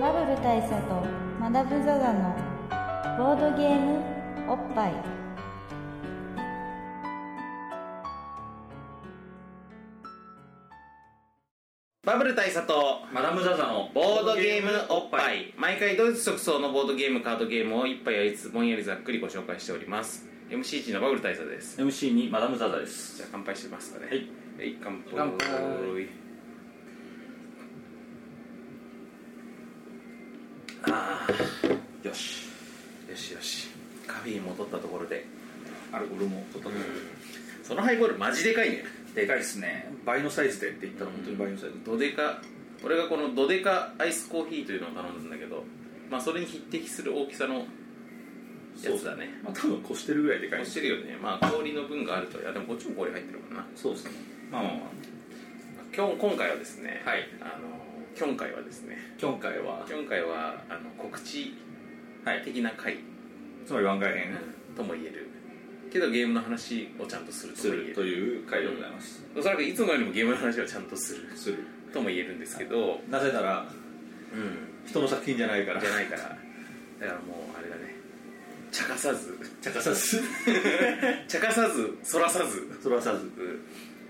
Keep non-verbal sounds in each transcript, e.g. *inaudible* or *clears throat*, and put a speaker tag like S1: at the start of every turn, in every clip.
S1: ブル大佐とマダム・ザ・ザのボードゲームおっぱい
S2: バブル大佐と
S3: マダム・ザ・ザの
S2: ボードゲームおっぱい毎回ドイツ即走のボードゲームカードゲームを一杯やりつつぼんやりざっくりご紹介しております MC1 のバブル大佐です
S3: MC にマダム・ザ・ザで
S2: じゃ
S3: す
S2: あ乾杯しますかね
S3: はい
S2: い乾杯
S4: 乾杯
S2: あ
S3: よし
S2: あよしよしカフェインも取ったところで
S3: アルコールもとと
S2: そのハイボールマジでかいね
S3: でかいですね倍のサイズでって言ったら本当に倍のサイズ
S2: ドデカ俺がこのドデカアイスコーヒーというのを頼んだんだけどまあそれに匹敵する大きさのや
S3: そう
S2: つだね
S3: まあ多分こしてるぐらいでかい
S2: 押してるよねまあ氷の分があるといやでもこっちも氷入ってるもんな
S3: そうですねまあまあまあ
S2: 今日今回はですね
S3: はい
S2: あの今回はですね
S3: 今回は
S2: 今回はあの告知
S3: はい
S2: 的な回
S3: つまり番外編
S2: とも言えるけどゲームの話をちゃんとすると
S3: す
S2: も言え
S3: る
S2: る
S3: という回でございます
S2: おそらくいつもよりもゲームの話をちゃんとする
S3: する
S2: とも言えるんですけど、
S3: なぜなら
S2: うん
S3: 人の作品じゃないから
S2: じゃないからだからもうあれだね茶化さず
S3: 茶化さず
S2: *laughs* 茶化さずそらさず
S3: そらさず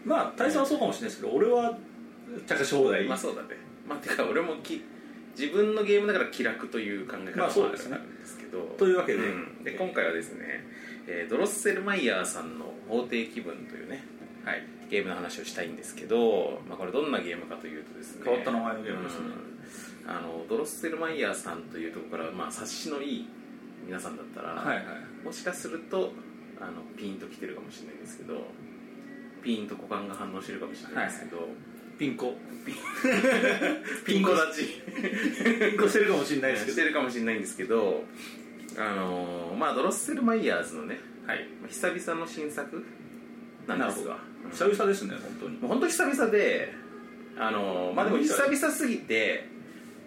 S3: まあ大佐はそうかもしれないですけど俺は茶化し放題
S2: まあそうだねまあてか俺もき自分のゲームだから気楽という考え方も
S3: ま
S2: あ
S3: あ
S2: る
S3: そ
S2: ん
S3: う
S2: で
S3: ですね
S2: すけど、
S3: というわけで
S2: うんで今回はですね、えードロッセルマイヤーさんの「法廷気分」というね、はい、ゲームの話をしたいんですけど、まあ、これどんなゲームかというとですね
S3: 変わった名前のゲームですね
S2: うんあのドロッセルマイヤーさんというところから、まあ、察しのいい皆さんだったら、
S3: はいはい
S2: もしかするとあのピンときてるかもしれないですけどピンと股間が反応してるかもしれないですけど、
S3: ピンコ
S2: ピンコ立ち
S3: ピンコしてるかもしれないですけ
S2: し
S3: ど
S2: てるかもしれないんですけどあのーまあドロッセルマイヤーズのね
S3: はい
S2: 久々の新作なんですがうん
S3: 久々ですね本当に
S2: もう本当久々であのーまあでも久々すぎて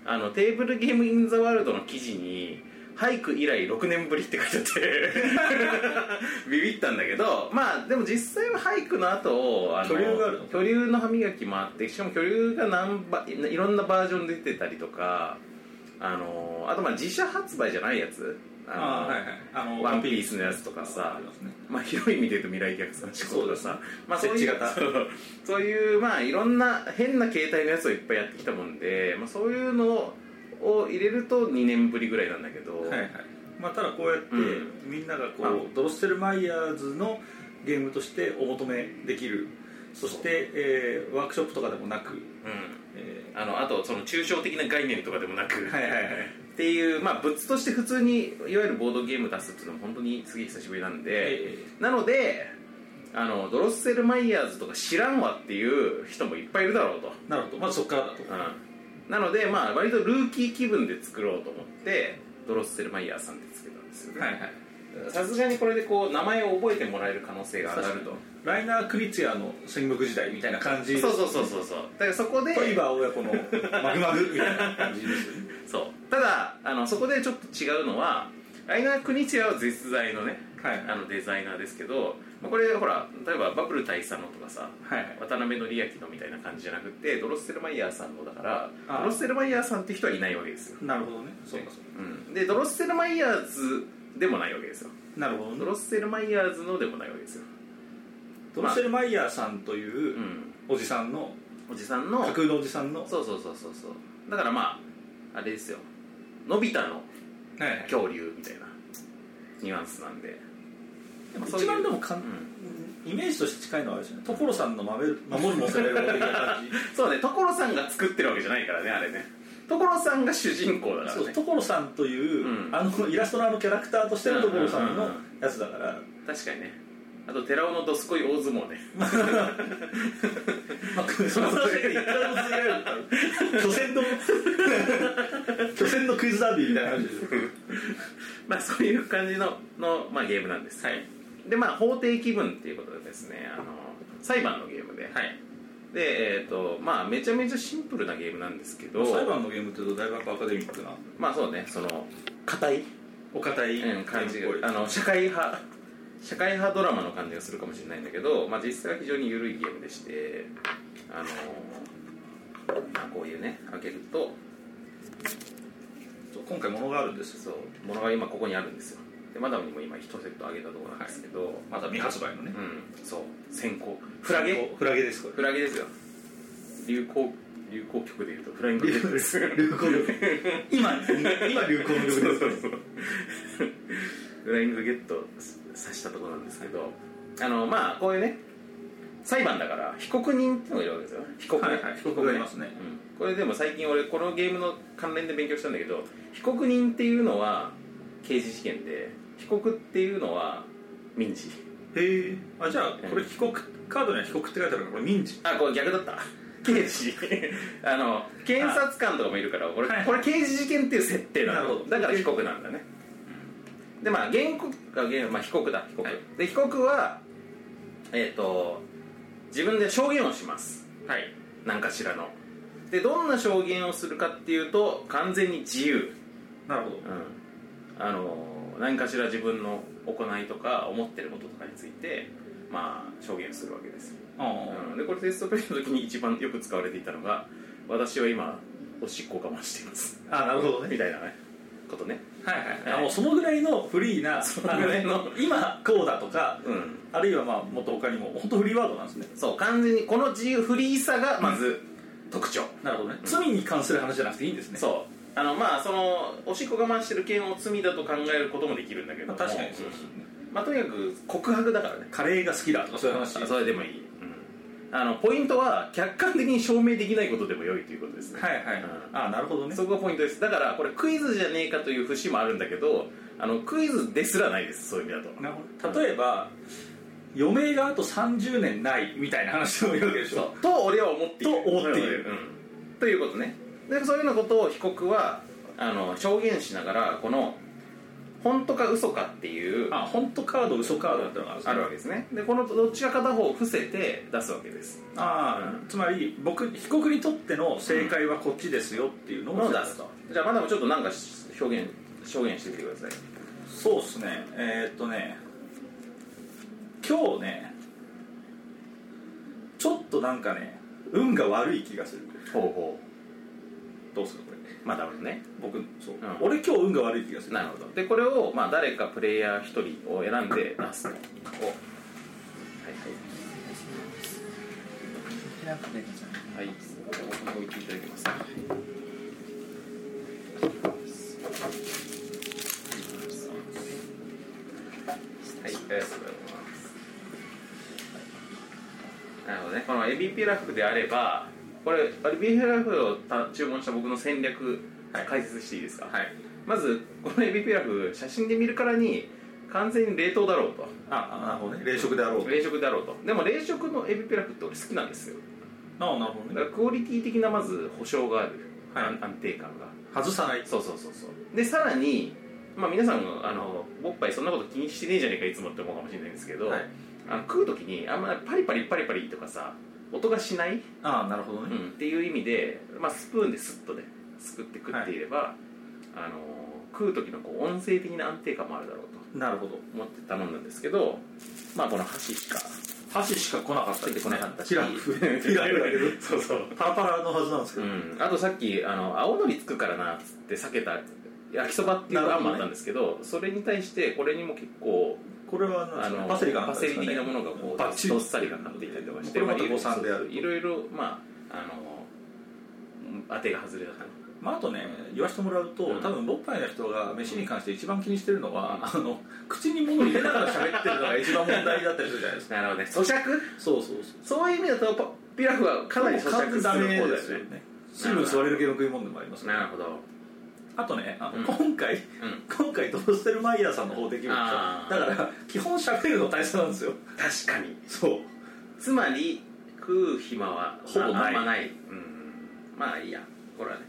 S2: あのテーブルゲームインザワールドの記事に俳句以来6年ぶりって書いてあって *laughs* ビビったんだけどまあでも実際は俳句の後あの
S3: 巨竜があるの
S2: 巨竜の歯磨きもあってしかも巨竜が何ばいろんなバージョンで出てたりとかあのーあとまあ自社発売じゃないやつあの
S3: ああはいはいあの
S2: ワンピースのやつとかさ
S3: ありますね
S2: まあ、広い意味で言うと未来逆算思考とかさ、まあ、そういう
S3: 設置型
S2: そうそういうまあいろんな変な形態のやつをいっぱいやってきたもんで、まあ、そういうのを入れると2年ぶりぐらいなんだけど、
S3: はいはいまあ、ただこうやって、
S2: う
S3: みんながこう、
S2: まあ
S3: ドロッセルマイヤーズのゲームとしてお求めできるそしてえーワークショップとかでもなく、
S2: うん、
S3: え
S2: あのあとその抽象的な概念とかでもなく、
S3: ーはいはいはい
S2: っていうまあ物として普通にいわゆるボードゲーム出すっていうのも本当にすげえ久しぶりなんで、
S3: え
S2: なのであのドロッセルマイヤーズとか知らんわっていう人もいっぱいいるだろうと。
S3: ーなるほどまずそこからだと
S2: うん、なのでまあ割とルーキー気分で作ろうと思ってドロッセルマイヤーさんってつけたんですよね
S3: はい
S2: さすがにこれでこう名前を覚えてもらえる可能性が上がると
S3: ライナー・クリツィアの戦国時代みたいな感じ
S2: そうそうそうそうそうだからそこで
S3: トイバー親 *laughs* 子のマグマグみたいな感じですよね
S2: そうただあのそこでちょっと違うのはライナー・クニチアは絶大のね
S3: はい
S2: あのデザイナーですけど、まあ、これほら例えばバブル大佐のとかさ
S3: はい
S2: 渡辺則明のみたいな感じじゃなくてドロッセルマイヤーさんのだから
S3: あ
S2: ドロッセルマイヤーさんって人はいないわけですよ
S3: なるほどねそうかそうか
S2: うんでドロッセルマイヤーズでもないわけですよ
S3: なるほどね
S2: ドロッセルマイヤーズのでもないわけですよ、、
S3: ドロッセルマイヤーさんといううんおじさんの
S2: おじさんの
S3: 架空のおじさんの、
S2: そうそうそうそうそうだからまああれですよのび太の
S3: はいはい
S2: 恐竜みたいなニュアンスなんで、
S3: でも
S2: そういう
S3: 一番でもかん、
S2: う
S3: イメージとして近いのはあれですよね所さんの守る守るもされる的な感じ
S2: そうね所さんが作ってるわけじゃないからねあれね所さんが主人公だから
S3: *laughs* そ
S2: ね
S3: う所さんという、
S2: うん
S3: あのイラストのあのキャラクターとしての所さんのやつだから、
S2: 確かにねあと寺尾のどすこい大相撲ね
S3: まあ、その話だけで一回も続けられるから *laughs* 巨船の巨船のクイズダービーみたいな話ですよ
S2: まあそういう感じのの、まあ、ゲームなんです、はい、でまあ法廷気分っていうことでですねあの裁判のゲームで、はい、でえっ、とまあめちゃめちゃシンプルなゲームなんですけど
S3: 裁判のゲームっていうとだいぶアカデミックな
S2: まあそうねその硬い、
S3: お堅い
S2: うん、感じ
S3: ゲームっぽ
S2: が
S3: い
S2: あの社会派社会派ドラマの感じがするかもしれないんだけど、まあ、実際は非常に緩いゲームでしてあの、まあ、こういうね開けると
S3: そう今回物があるんです
S2: そうものが今ここにあるんですよでマダムにも今1セットあげたところなんですけど、
S3: まだ未発売のね
S2: うんそう先行フラゲ
S3: フラゲですこ
S2: フラゲですよ流行流行曲でいうとフライングゲットです
S3: *laughs* 流行曲今今流行の曲です
S2: そうそうそうフライングゲットさしたところなんですけど、あのまあこういうね裁判だから被告人っていうのがいるわけですよね被告ね、
S3: はいはい被告がいますね
S2: うんこれでも最近俺このゲームの関連で勉強したんだけど被告人っていうのは刑事事件で被告っていうのは民事
S3: へえあじゃあこれ被告カードには被告って書いてあるからこれ民事
S2: あこれ逆だった刑事 *laughs* あの検察官とかもいるからこれ,、
S3: はい
S2: これ刑事事件っていう設定な
S3: なるほ
S2: の
S3: ど
S2: だから被告なんだねでまあ原告あ原まあ被告だ被告、
S3: はい
S2: で被告はえっ、と自分で証言をします
S3: はい
S2: 何かしらのでどんな証言をするかっていうと完全に自由、
S3: なるほど
S2: うん、あの何かしら自分の行いとか思ってることとかについてまあ証言するわけですよ
S3: あ
S2: でこれテストプレイの時に一番よく使われていたのが私は今おしっこを我慢しています *laughs*
S3: あなるほどね
S2: みたいなねことね
S3: はいはいはいあもうそのぐらいのフリーな
S2: そのぐらいの
S3: あの今こうだとか
S2: うん
S3: あるいはまあもっと他にも本当フリーワードなんですね
S2: そう完全にこの自由フリーさがまず特徴、
S3: なるほどね罪に関する話じゃなくていいんですね
S2: そうあのまあそのおしっこ我慢してる件を罪だと考えることもできるんだけど
S3: ま
S2: も
S3: あ確かにそうですね
S2: うんまあとにかく告白だからね
S3: カレーが好きだとかそういう話
S2: あそれでもいい、うんあのポイントは客観的に証明できないことでも良いということですね
S3: はいはい、
S2: うん
S3: あなるほどね
S2: そこがポイントですだからこれクイズじゃねえかという節もあるんだけどあのクイズですらないですそういう意味だと
S3: なるほど例えば、余命があと30年ないみたいな話もいるわけでしょ
S2: と俺は思っている
S3: と思っている
S2: うんということねでそういうようなことを被告はあの証言しながらこの本当か嘘かっていう
S3: あ本当カード嘘カードってのがあるんですね
S2: あるわけですねでこのどっちか片方を伏せて出すわけです
S3: あーつまり僕被告にとっての正解はこっちですよっていうの
S2: の
S3: を
S2: を出すとじゃあまだもちょっとなんか表現証言してみてください
S3: そうっすねえー、っとね今日ねちょっとなんかね運が悪い気がする
S2: ほうほ
S3: どうすかこ
S2: う
S3: れ
S2: まだね
S3: 僕そう、
S2: ん
S3: 俺今日運が悪い気がする
S2: なるほどでこれを、まあ、誰かプレイヤー1人を選んで出すとおはいはいはい置いていただきますはいありがとうございますなるほどねこのエビピラフであればこれエビピラフをた注文した僕の戦略
S3: はい
S2: 解説していいですか
S3: はい
S2: まずこのエビピラフ写真で見るからに完全に冷凍だろうと
S3: ああなるほどね冷食であろうと
S2: 冷食だろうとでも冷食のエビピラフって俺好きなんですよ
S3: ああなるほ
S2: だからクオリティ的なまず保証がある、
S3: はい
S2: 安安定感が
S3: 外さない
S2: そうそうそうそうでさらにまあ皆さんあのおっぱいそんなこと気にしてねえじゃねえかいつもって思うかもしれないんですけど、
S3: はい
S2: あの食う時にあんまりパリパリパリパリとかさ音がしない、
S3: ああなるほど
S2: う
S3: ね、
S2: ん、っていう意味で、まあ、スプーンですっとねすくって食っていれば、あの食う時のこう音声的な安定感もあるだろうと
S3: なるほど
S2: 思って頼んだんですけどまあこの箸しか
S3: 箸しか来なかった
S2: 出てこなかったし
S3: ピラフピラフだけど
S2: そうそう
S3: パラパラのはずなんですけ
S2: う
S3: ど、
S2: んあとさっきあの青のりつくからなっつって避けた焼きそばっていう案もあったんですけどそれに対してこれにも結構
S3: これはなんで
S2: あ
S3: すかね
S2: の
S3: パセリが
S2: パセリ的なものがこう
S3: バッチリ
S2: どっさりがかっていたりとかして
S3: これま
S2: ま
S3: た
S2: あ
S3: 誤算である
S2: いろいろまああの当てが外れだったの
S3: まあ、あとね言わせてもらうと、
S2: うん
S3: 多分ボッパイの人が飯に関して一番気にしてるのは、あの口に物入れながら喋ってるのが一番問題だったりするじゃないですか
S2: なるほどね咀嚼
S3: *laughs* そうそうそう
S2: そういう意味だとパピラフはかなり咀嚼する方
S3: ダ
S2: だよ
S3: メ
S2: ね
S3: ですよねすぐ座れる系の食い物でもありますね
S2: なるほど
S3: あとねあの、
S2: うん
S3: 今回
S2: うん
S3: 今回ドロステルマイヤーさんの方できるんですよ
S2: あ
S3: だ
S2: ー
S3: から基本喋るの大切なんですよ
S2: 確かに
S3: そう
S2: つまり食う暇は
S3: ほぼない
S2: ああんまない、うん、まあいいやこれはね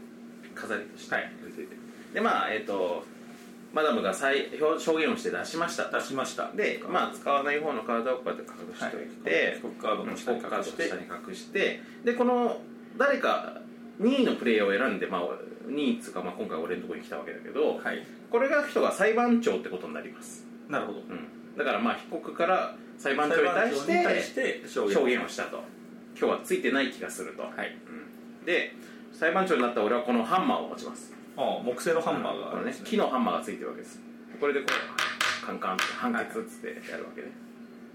S2: 飾りとして
S3: はい
S2: 置いといてでまあえっ、とマダムが再表証言をして出しました
S3: 出しました
S2: でまあ使わない方の体をこうやって隠しておい
S3: はい
S2: て
S3: ス、トックカード
S2: うん
S3: の
S2: ス
S3: 下
S2: ト
S3: に
S2: ッカー
S3: 隠
S2: ド
S3: し
S2: を
S3: て
S2: 下に隠してでこの誰か2位のプレイヤーを選んで、まあ、2位っつうか、まあ、今回俺のところに来たわけだけど、
S3: はい
S2: これが人が裁判長ってことになります、
S3: なるほど
S2: うん、だからまあ被告から裁判長に対して
S3: 裁判長に対して証言
S2: 証言をしたと今日はついてない気がすると、
S3: はい
S2: うんで裁判長になった俺はこのハンマーを持ちます
S3: あああ木製のハンマーが
S2: こ
S3: あ
S2: の
S3: るんで
S2: ね
S3: すね
S2: 木のハンマーがついてるわけですこれでこうカンカンって判決っつってやるわけね、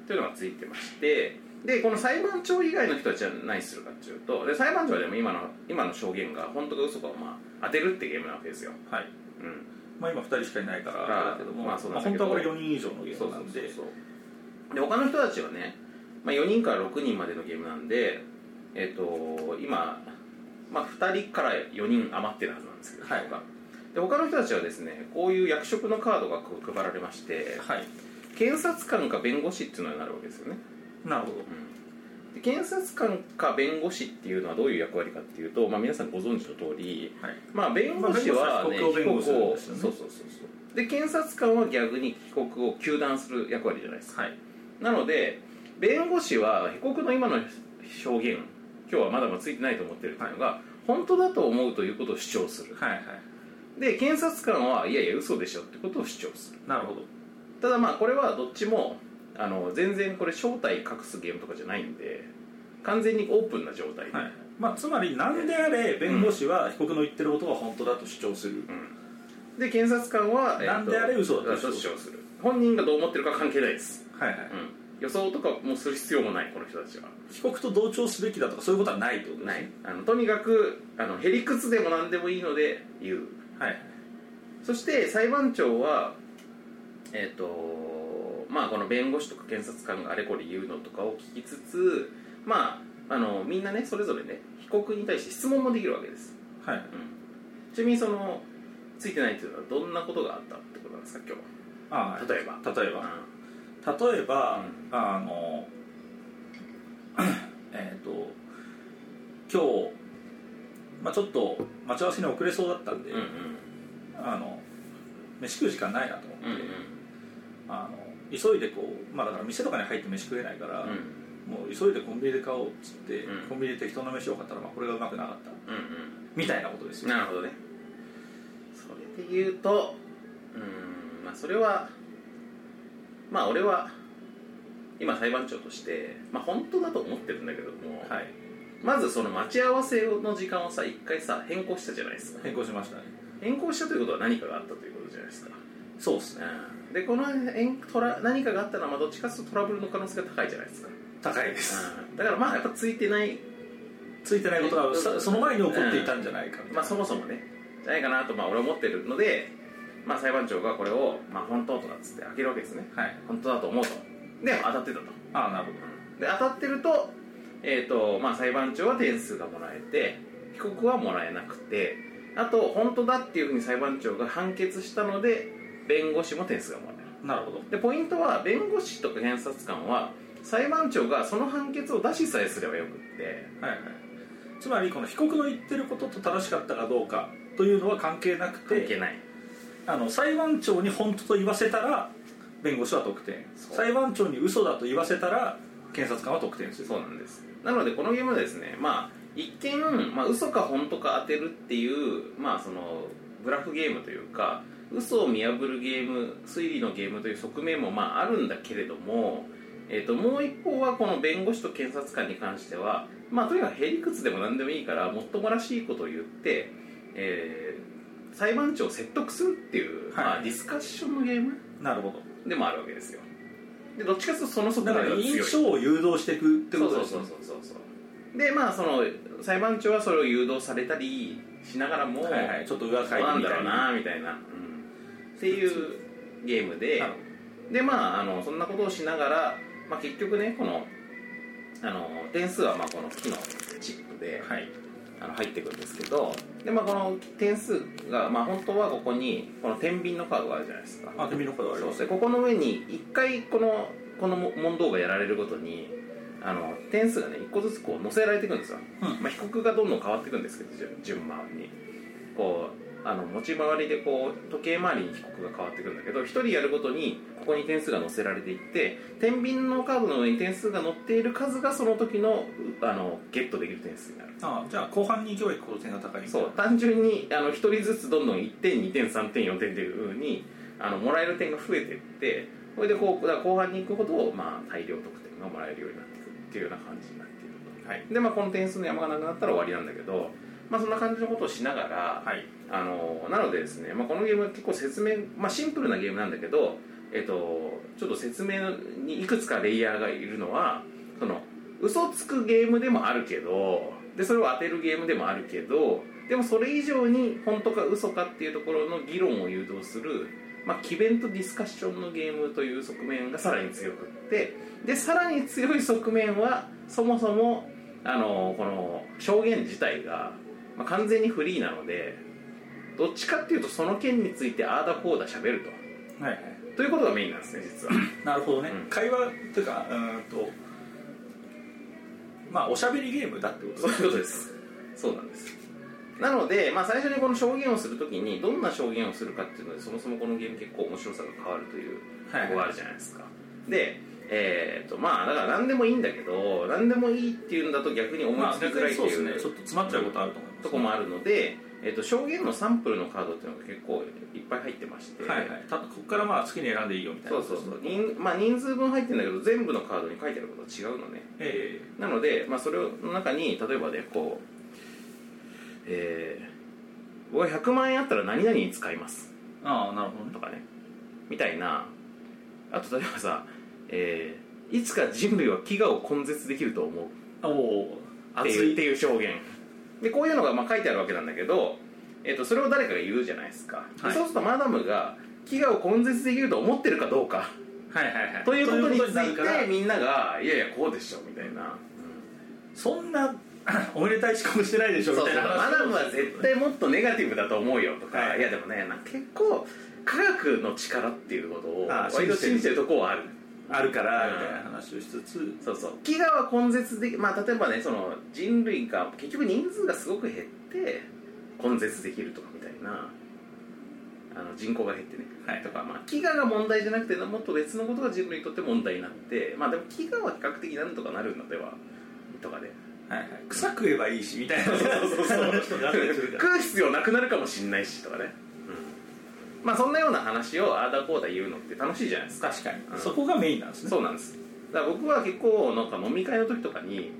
S2: というのがついてましてでこの裁判長以外の人たちは何するかっていうとで裁判長でも今の今の証言が本当か嘘かを、まあ、当てるってゲームなわけですよ、
S3: はい
S2: うん、
S3: まあ今2人しかいないから
S2: から
S3: あれだけども、
S2: ま
S3: ま
S2: あ
S3: あ、
S2: そうなんだけ
S3: 本
S2: ど
S3: 当はこれ4人以上のゲー
S2: そうそ
S3: ムな
S2: うんそう
S3: で
S2: そうで他の人たちはね、まあ、4人から6人までのゲームなんでえっ、と今、まあ、2人から4人余ってるはずなんですけど、
S3: はい
S2: 人がで他の人たちはですねこういう役職のカードがこう配られまして
S3: はい
S2: 検察官か弁護士っていうのになるわけですよね、
S3: なるほど
S2: で検察官か弁護士っていうのはどういう役割かっていうと、まあ、皆さんご存知の通り、
S3: はい
S2: まあ、弁護士は、ね
S3: まあ弁護士は被告を弁護するんですよね
S2: そうそうそうそうで検察官は逆に被告を糾弾する役割じゃないですか、
S3: はい
S2: なので弁護士は被告の今の証言今日はまだまだついてないと思ってるっていうのが、本当だと思うということを主張する
S3: はいはい
S2: で検察官はいやいや嘘でしょってことを主張する
S3: なるほど
S2: ただまあこれはどっちもあの全然これ正体隠すゲームとかじゃないんで完全にオープンな状態で、
S3: はいまあ、つまり何であれ弁護士は被告の言ってることが本当だと主張する、
S2: うんで検察官は、と
S3: なんであれ嘘だ
S2: 嘘
S3: と
S2: を主張する本人がどう思ってるかは関係ないです、
S3: はいはい
S2: うん、予想とかもする必要もないこの人たちは
S3: 被告と同調すべきだとかそういうことはないってことです
S2: ない
S3: ね
S2: あのとにかくあのへりくつでも何でもいいので言う
S3: はい
S2: そして裁判長はえっ、とまあこの弁護士とか検察官があれこれ言うのとかを聞きつつまああのみんなねそれぞれね被告に対して質問もできるわけです、
S3: はい、
S2: うん、ちなみにそのついてないっていうのはどんなことがあったってことなんですか今日
S3: あ
S2: は例えば
S3: あ例えば例えば、あの *coughs* えっ、と今日、まあ、ちょっと待ち合わせに遅れそうだったんで、
S2: うんうん
S3: あの飯食う時間ないなと思って、
S2: うんうん
S3: あの急いでこう、まあ、だから店とかに入って飯食えないから、
S2: うん
S3: もう急いでコンビニで買おうっつって、
S2: うん
S3: コンビニで適当な飯を買ったら、まあ、これがうまくなかった
S2: うん
S3: みたいなことです
S2: うん
S3: よ、
S2: なるほどねそれで言うとうんまあそれはまあ俺は今裁判長としてまあ本当だと思ってるんだけども、
S3: はい
S2: まずその待ち合わせの時間をさ一回さ変更したじゃないですか
S3: 変更しましたね
S2: 変更したということは何かがあったということじゃないですか、
S3: そうですね
S2: うん、でこの変トラ何かがあったのはまあどっちかというとトラブルの可能性が高いじゃないですか、
S3: 高いです、
S2: うん、だからまあやっぱついてない
S3: ついてないことがさその前に起こっていたんじゃないかみたいな
S2: まあそもそもねじゃないかなとまあ俺は思ってるのでまあ裁判長がこれをまあ本当とかっつって開けるわけですね
S3: はい
S2: 本当だと思うとで当たってたと
S3: ああなるほど
S2: で当たってると,、えーとまあ、裁判長は点数がもらえて被告はもらえなくてあと本当だっていうふうに裁判長が判決したので弁護士も点数がもらえる
S3: なるほど
S2: でポイントは弁護士とか検察官は裁判長がその判決を出しさえすればよくって
S3: はいはいつまりこの被告の言ってることと正しかったかどうかというのは関係なく
S2: 関係
S3: て
S2: ない
S3: あの裁判長に本当と言わせたら弁護士は得点
S2: そう
S3: 裁判長に嘘だと言わせたら検察官は得点する
S2: そうなんですなのでこのゲームはですねまあ一見、まあ、嘘か本当か当てるっていうまあそのグラフゲームというか嘘を見破るゲーム推理のゲームという側面もまああるんだけれども、えー、ともう一方はこの弁護士と検察官に関してはまあとにかくへりくつでも何でもいいからもっともらしいことを言って、えー裁判長を説得するっていう、
S3: はい
S2: まあ、ディスカッションのゲーム
S3: なるほ
S2: でもあるわけですよでどっちかというとその側
S3: どだ
S2: 面
S3: か
S2: が
S3: ら
S2: 強い
S3: 印象を誘導していくってことです
S2: そう
S3: ね
S2: そうそうそうそうでまあその裁判長はそれを誘導されたりしながらも、
S3: はいはいちょっと上書いて
S2: どうなん
S3: み
S2: だ
S3: た
S2: ろ
S3: いうな
S2: なみたいな、うんっていうゲームで
S3: なるほ
S2: でまああのそんなことをしながら、まあ、結局ねこのあの点数はまあこの木のチップで、
S3: どはい
S2: あの入ってくるんですけどで、まあ、この点数が、まあ、本当はここにこの天秤のカードがあるじゃないですか
S3: あ君のことはあり
S2: そう
S3: ま
S2: ですね
S3: す
S2: ここの上に1回このこのも問答がやられるごとにあの点数がね1個ずつこう載せられていくんですよ、
S3: うん
S2: まあ、被告がどんどん変わっていくんですけど順順番にこうあの持ち回りでこう時計回りに被告が変わっていくんだけど1人やるごとにここに点数が載せられていって天秤のカードの上に点数が載っている数がその時のうあのゲットできる点数になる
S3: ああじゃあ後半に行けば行くほど点が高いみたい
S2: そ
S3: な
S2: う単純にあの1人ずつどんどん1点2点3点4点っていうふうにあのもらえる点が増えてってそれでこうだから後半に行くほど、まあ、大量得点がもらえるようになってくるっていうような感じになっていると
S3: はい
S2: でまあこの点数の山がなくなったら終わりなんだけどまあ、そんな感じのことをしながら、
S3: はい
S2: あのなのでですね、まあ、このゲームは結構説明、まあ、シンプルなゲームなんだけど、えっと、ちょっと説明にいくつかレイヤーがいるのはその嘘つくゲームでもあるけどでそれを当てるゲームでもあるけどでもそれ以上に本当か嘘かっていうところの議論を誘導する、まあ、詭弁とディスカッションのゲームという側面がさらに強くってでさらに強い側面はそもそもあのこの証言自体が、まあ、完全にフリーなのでどっちかっていうとその件についてああだこうだ喋ると
S3: はいはい
S2: ということがメインなんですね実は
S3: なるほどね、
S2: うん
S3: 会話というかうーんとまあおしゃべりゲームだってこ
S2: そ
S3: と
S2: ういうことですそうなんですなので、まあ、最初にこの証言をするときにどんな証言をするかっていうのでそもそもこのゲーム結構面白さが変わるという
S3: はい
S2: ここがあるじゃないですかでえっとまあだから何でもいいんだけど何でもいいっていうんだと逆に思い
S3: まあ
S2: つきづらいって
S3: そうです
S2: いう,、
S3: ねちょっと詰まっちゃうことあると思います、
S2: とこもあるので、えっと証言のサンプルのカードっていうのが結構いっぱい入ってまして、
S3: はいはいたここからまあ好きに選んでいいよみたいな
S2: そうそうそう人,、まあ、人数分入ってるんだけど全部のカードに書いてあることは違うのね
S3: え
S2: なので、まあ、それの中に例えばねこうえー、僕が100万円あったら何々に使います
S3: えああなるほどね
S2: とかねみたいなあと例えばさ、えー、いつか人類は飢餓を根絶できると思う
S3: あお
S2: って
S3: 熱
S2: いうっ
S3: い
S2: ていう証言でこういうのがまあ書いてあるわけなんだけど、えっとそれを誰かが言うじゃないですか、で
S3: はい
S2: そうするとマダムが飢餓を根絶できると思ってるかどうか
S3: はいはいはい
S2: ということにつ
S3: と
S2: い
S3: になるから
S2: てみんなが「いやいやこうでしょ」みたいな
S3: そんな *clears throat* おめでたい思考してないでし
S2: そ
S3: ょ
S2: う
S3: み
S2: そう
S3: たいな
S2: マダムは絶対もっとネガティブだと思うよとか、
S3: はい
S2: い、やでもねなんか結構科学の力っていうことを
S3: あ
S2: 割と信じてるとこはある
S3: あるから
S2: うん
S3: みたいな話をしつつ
S2: そうそう飢餓は根絶できまあ例えばねその人類が結局人数がすごく減って根絶できるとかみたいなあの人口が減ってね、
S3: はい
S2: とか、まあ、飢餓が問題じゃなくてもっと別のことが人類にとって問題になってまあでも飢餓は比較的なんとかなるのではとかで、
S3: はいはい草食えばいいしみたいなそう
S2: そうそうそう
S3: 人になったりするから
S2: 食う必要なくなるかもしんないしとかね、うんまあそんなような話をああだこうだ言うのって楽しいじゃないですか
S3: *laughs* 確かに、
S2: うん
S3: そこがメインなんですね
S2: そうなんですだから僕は結構なんか飲み会の時とかに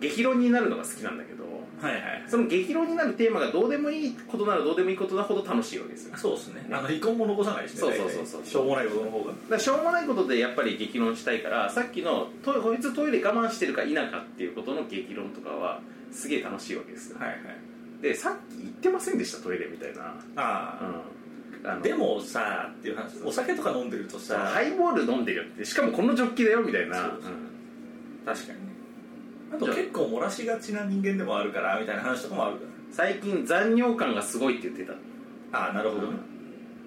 S2: 激論になるのが好きなんだけど
S3: はいはい
S2: その激論になるテーマがどうでもいいことならどうでもいいことなほど楽しいわけですよだか
S3: そうですねあの離婚も残さないしね
S2: そうそうそう
S3: 大体
S2: そう
S3: しょうもないことの方が
S2: らしょうもないことでやっぱり激論したいからさっきのトイこいつトイレ我慢してるか否かっていうことの激論とかはすげえ楽しいわけですよ、
S3: はいはい
S2: でさっき言ってませんでしたトイレみたいな、
S3: ああ、
S2: うんあの
S3: でもさっていう話お酒とか飲んでるとさ、
S2: ハイボール飲んでるよってしかもこのジョッキだよみたいな
S3: そうそう確かにねあと
S2: じゃあ
S3: 結構漏らしがちな人間でもあるからみたいな話とかもあるか
S2: うん最近残尿感がすごいって言ってた
S3: らああなるほどね、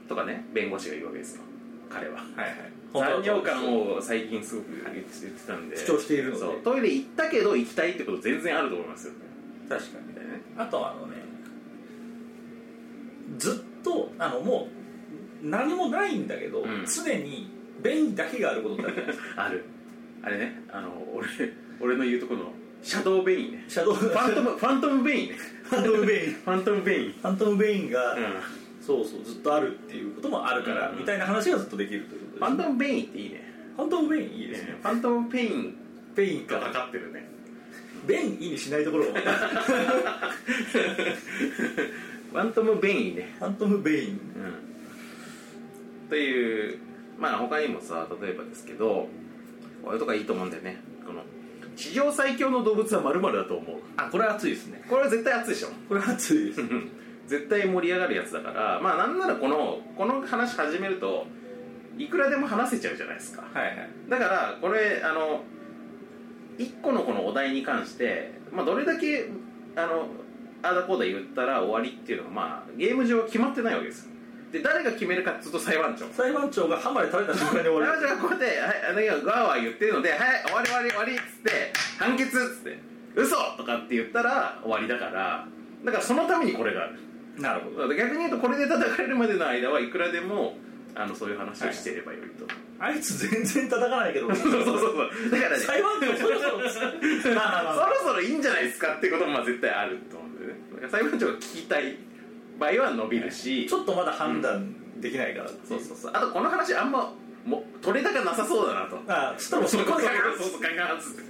S2: とかね弁護士が言うわけですよ彼は
S3: はいはい
S2: 残尿
S3: を
S2: 感を最近すごく言って言ってたんで
S3: 主張しているので
S2: そうトイレ行ったけど行きたいってこと全然あると思いますよね
S3: 確かに
S2: みたいなね
S3: あとあのねずっとあのもう何もないんだけど、
S2: うん
S3: 常に便利だけがあることってあ *laughs* るじゃないですか
S2: あるあれねあの俺俺の言うとこのシャドーベインね
S3: シャドウ
S2: ファン
S3: *laughs*
S2: トムファントムベインね
S3: ファントムベイン
S2: ファントムベイン
S3: ファントムベインが、
S2: うん
S3: そうそうずっとあるっていうこともあるから、
S2: うん
S3: みたいな話がずっとできるという
S2: フ
S3: こ
S2: ァ
S3: と
S2: ン
S3: です
S2: トムベインっていいね
S3: ファントムベインいい
S2: いい
S3: で
S2: ね
S3: すね
S2: ファントムペイン
S3: ベイン
S2: が
S3: か
S2: かかってるね
S3: ベインいいにしないところがま *laughs* たフ
S2: ファントムベインね
S3: ァントムベイン
S2: うんというまあ他にもさ例えばですけどこれとかいいと思うんだよねこの史上最強の動物はまるだと思う
S3: あこれは熱いですね
S2: これは絶対熱いでしょ
S3: これは熱いです
S2: 絶対盛り上がるやつだからまあなんならこのこの話始めるといくらでも話せちゃうじゃないですか
S3: はいはい
S2: だからこれあの1個のこのお題に関して、まあ、どれだけあのあだこうだ言ったら終わりっていうのが、まあ、ゲーム上は決まってないわけですよで誰が決めるかっていうと裁判長
S3: 裁判長がハマで食べた瞬間に終わ
S2: 俺
S3: る
S2: はじゃあこうやってはいあのガーワー言ってるので「はい終わり終わり終わり」っつって「判決」っつって「嘘とかって言ったら終わりだからだからそのためにこれがある
S3: なるほど
S2: だから逆に言うとこれで叩かれるまでの間はいくらでもあのそういう話をしていればよいと、
S3: あいつ全然叩か *laughs* ないけど
S2: そうそうそうそう *laughs* だからね
S3: 裁判長そろそろまあまあまあまあ
S2: そろそろいいんじゃないですかってこともまあ絶対あると思うんでねだから裁判長が聞きたい場合は伸びるし、
S3: ちょっとまだ判断できないから
S2: そうそうそうあとこの話あんまも取れ高なさそうだなと
S3: あそしたらもうそ
S2: そ
S3: こ
S2: こ
S3: ま
S2: で
S3: で
S2: ガンそうそうガンガンっつって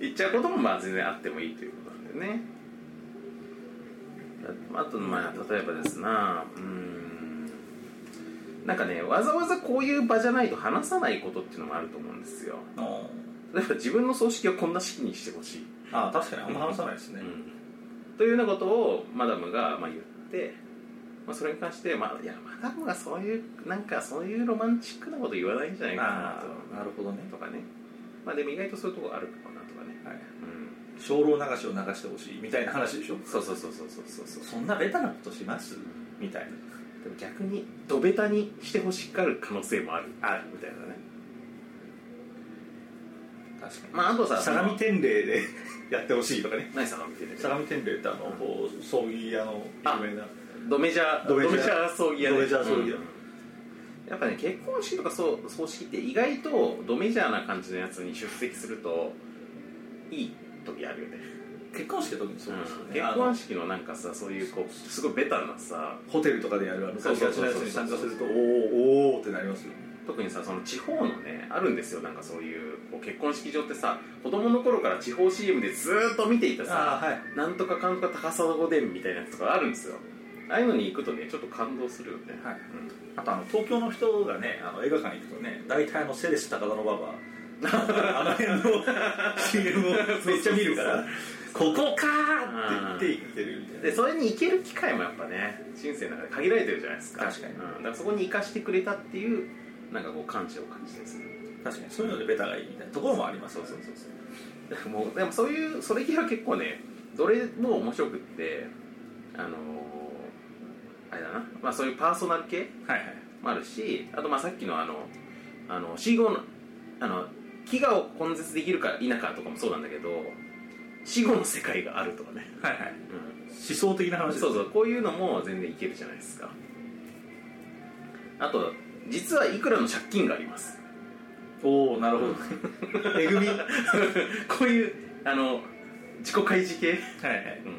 S2: 言っちゃうこともまあ全然あってもいいということなんだよねあとまあ例えばですなうーんなんかねわざわざこういう場じゃないと話さないことっていうのもあると思うんですよ例えば自分の葬式をこんな式にしてほしい、
S3: ああ確かにあんま話さないです
S2: う
S3: ね、
S2: ん、というようなことをマダムがまあ言って、まあ、それに関して、まあ、いやマダムがそういうなんかそういうロマンチックなこと言わないんじゃないかな
S3: ああなるほどね
S2: ととかね、まあ、でも意外とそういうとこあるかもなとかね、
S3: はい
S2: うん、
S3: 精霊流しを流してほしいみたいな話でしょ
S2: そうそうそうそうそうそうそう
S3: そんなベタなことしますみたいな
S2: でも逆にドベタにしてほしがる可能性もあるあるみたいなね
S3: 確かに
S2: まああとさ
S3: 相模天霊でやってほしいとかね
S2: 何相模ってね
S3: 相模天霊ってあの、こう葬儀屋の有名な
S2: ドメジャー
S3: ドメジャー
S2: 葬儀屋ね
S3: ドメジャー葬儀屋
S2: うんやっぱね結婚式とかそう葬式って意外とドメジャーな感じのやつに出席するといい時あるよね
S3: 結婚式の時にそうですよね、
S2: うん結婚式のなんかさそういうこうすごいベタなさ
S3: ホテルとかでやるあの
S2: そう
S3: 昔
S2: そう
S3: のやつ
S2: そうそう
S3: に参加するとおーおーってなりますよ
S2: 特にさその地方のねあるんですよなんかそういうこう結婚式場ってさ子供の頃から地方 CM でずーっと見ていたさ
S3: あはい
S2: なんとかかんとか高砂御殿みたいなやつとかあるんですよああいうのに行くとねちょっと感動するよね、
S3: はい
S2: うん
S3: あとあの東京の人がねあの映画館行くとね大体あのセレス高田のババアあの辺の *laughs* CM をめっちゃ見るからここかーって言って生きてるみたいな
S2: でそれに行ける機会もやっぱね人生の中で限られてるじゃないですか
S3: 確かに
S2: うん、だからそこに生かしてくれたっていうなんかこう感謝を感じてですね
S3: *laughs* 確かにそういうのでベタがいいみたいなところもあります
S2: そ
S3: よ
S2: うそうそうそうでもでもそういうそれ以外は結構ねどれも面白くってあのーあれだな、まあ、そういうパーソナル系
S3: はいはい
S2: もあるしあとまあさっきのあのあの C5 のあの飢餓を根絶できるか否かとかもそうなんだけど死後の世界があるとかね、
S3: はいはい
S2: うん、
S3: 思想的な話です
S2: そうそうこういうのも全然いけるじゃないですかあと実はいくらの借金があります *laughs*
S3: おおなるほどね *laughs* えぐみはい
S2: こういうあの自己開示系、
S3: はい
S2: うん、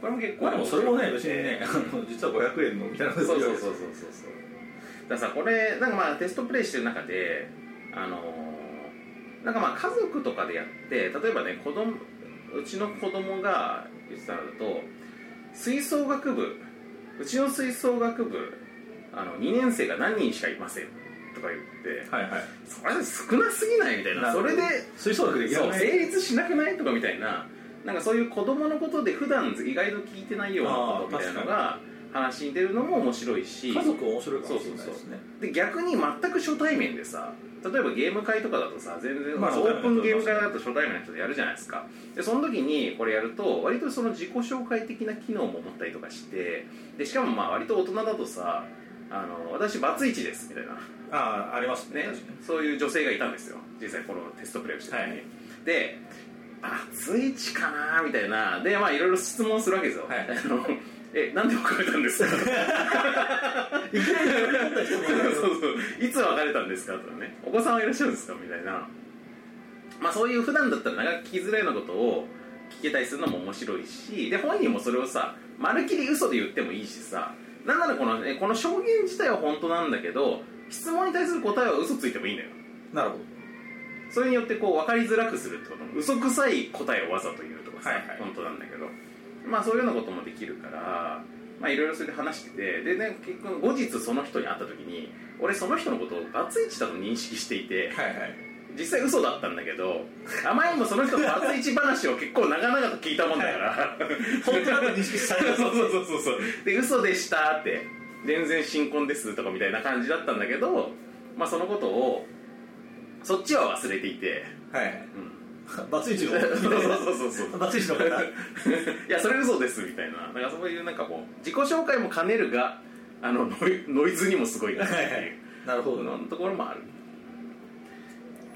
S2: これも結構
S3: まあでもそれもね別にねあの実は500円のみたいな
S2: そうそうそうそうそうそ
S3: う
S2: うだからさこれなんかまあテストプレイしてる中であのーなんかまあ家族とかでやって例えばね子供うちの子供が言ってたのだと吹奏楽部うちの吹奏楽部あの2年生が何人しかいませんとか言って
S3: はいはい
S2: それ少なすぎないみたいな
S3: なる
S2: そ
S3: ほど
S2: れで
S3: 吹奏楽でき
S2: そう
S3: ない
S2: 成立しなくないとかみたいななんかそういう子供のことで普段意外と聞いてないようなことみたいなのが話に出るのも面白いし
S3: 家族面白いかもしれないですね
S2: で逆に全く初対面でさ例えばゲーム会とかだとさ全然、
S3: まあ
S2: オープンゲーム会だと初対面の人でやるじゃないですかでその時にこれやると割とその自己紹介的な機能も持ったりとかしてでしかもまあ割と大人だとさあの私バツイチですみたいな
S3: ああありますね
S2: ね
S3: 確かに、
S2: そういう女性がいたんですよ実際このテストプレイをしてた時に、
S3: はい
S2: で「バツイチかな?」みたいなでまあいろいろ質問するわけですよ、
S3: はい
S2: あのえなんで別れたんです
S3: *laughs*
S2: かそう
S3: いきなりやりた
S2: そういつ別れたんですかとかねお子さんはいらっしゃるんですかみたいなまあそういう普段だったら長く聞きづらいようなことを聞けたりするのも面白いしで本人もそれをさまるっきり嘘で言ってもいいしさなんならこの,、ね、この証言自体は本当なんだけど質問に対する答えは嘘ついてもいいんだよ
S3: なるほど
S2: それによってこう分かりづらくするってこと嘘くさい答えをわざと言うとかさ、
S3: はいはい
S2: 本当なんだけどまあそういうようなこともできるからまあいろいろそれで話しててでね結局後日その人に会った時に俺その人のことをバツイチだと認識していて
S3: はいはい
S2: 実際嘘だったんだけどあまりにもその人のバツイチ話を結構長々と聞いたもんだから、
S3: 本当だと認識され
S2: そう
S3: た
S2: そう *laughs* そうそうそうで嘘でしたって全然新婚ですとかみたいな感じだったんだけどまあそのことをそっちは忘れていて
S3: はい
S2: うん *laughs*
S3: バツイチ
S2: そ
S3: の
S2: うそうそうそう
S3: バツイチの方
S2: いやそれ嘘ですみたいななんかそういうなんかこう自己紹介も兼ねるがあのノイノイズにもすごいなって
S3: はい
S2: い
S3: はいうなるほど
S2: そ
S3: な
S2: のところもある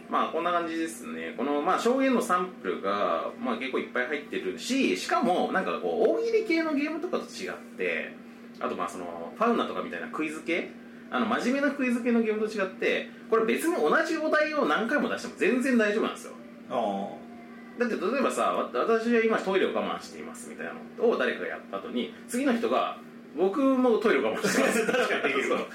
S2: まあこんな感じですねこの、まあ、証言のサンプルが、まあ、結構いっぱい入ってるししかもなんかこう大喜利系のゲームとかと違ってあとまあそのファウナとかみたいなクイズ系あの真面目なクイズ系のゲームと違ってこれ別に同じお題を何回も出しても全然大丈夫なんですよ
S3: ああ
S2: だって例えばさわ私は今トイレを我慢していますみたいなのを誰かがやった後に次の人が僕もトイレ我慢してます
S3: *laughs*
S2: 確
S3: かにできるわ
S2: *laughs*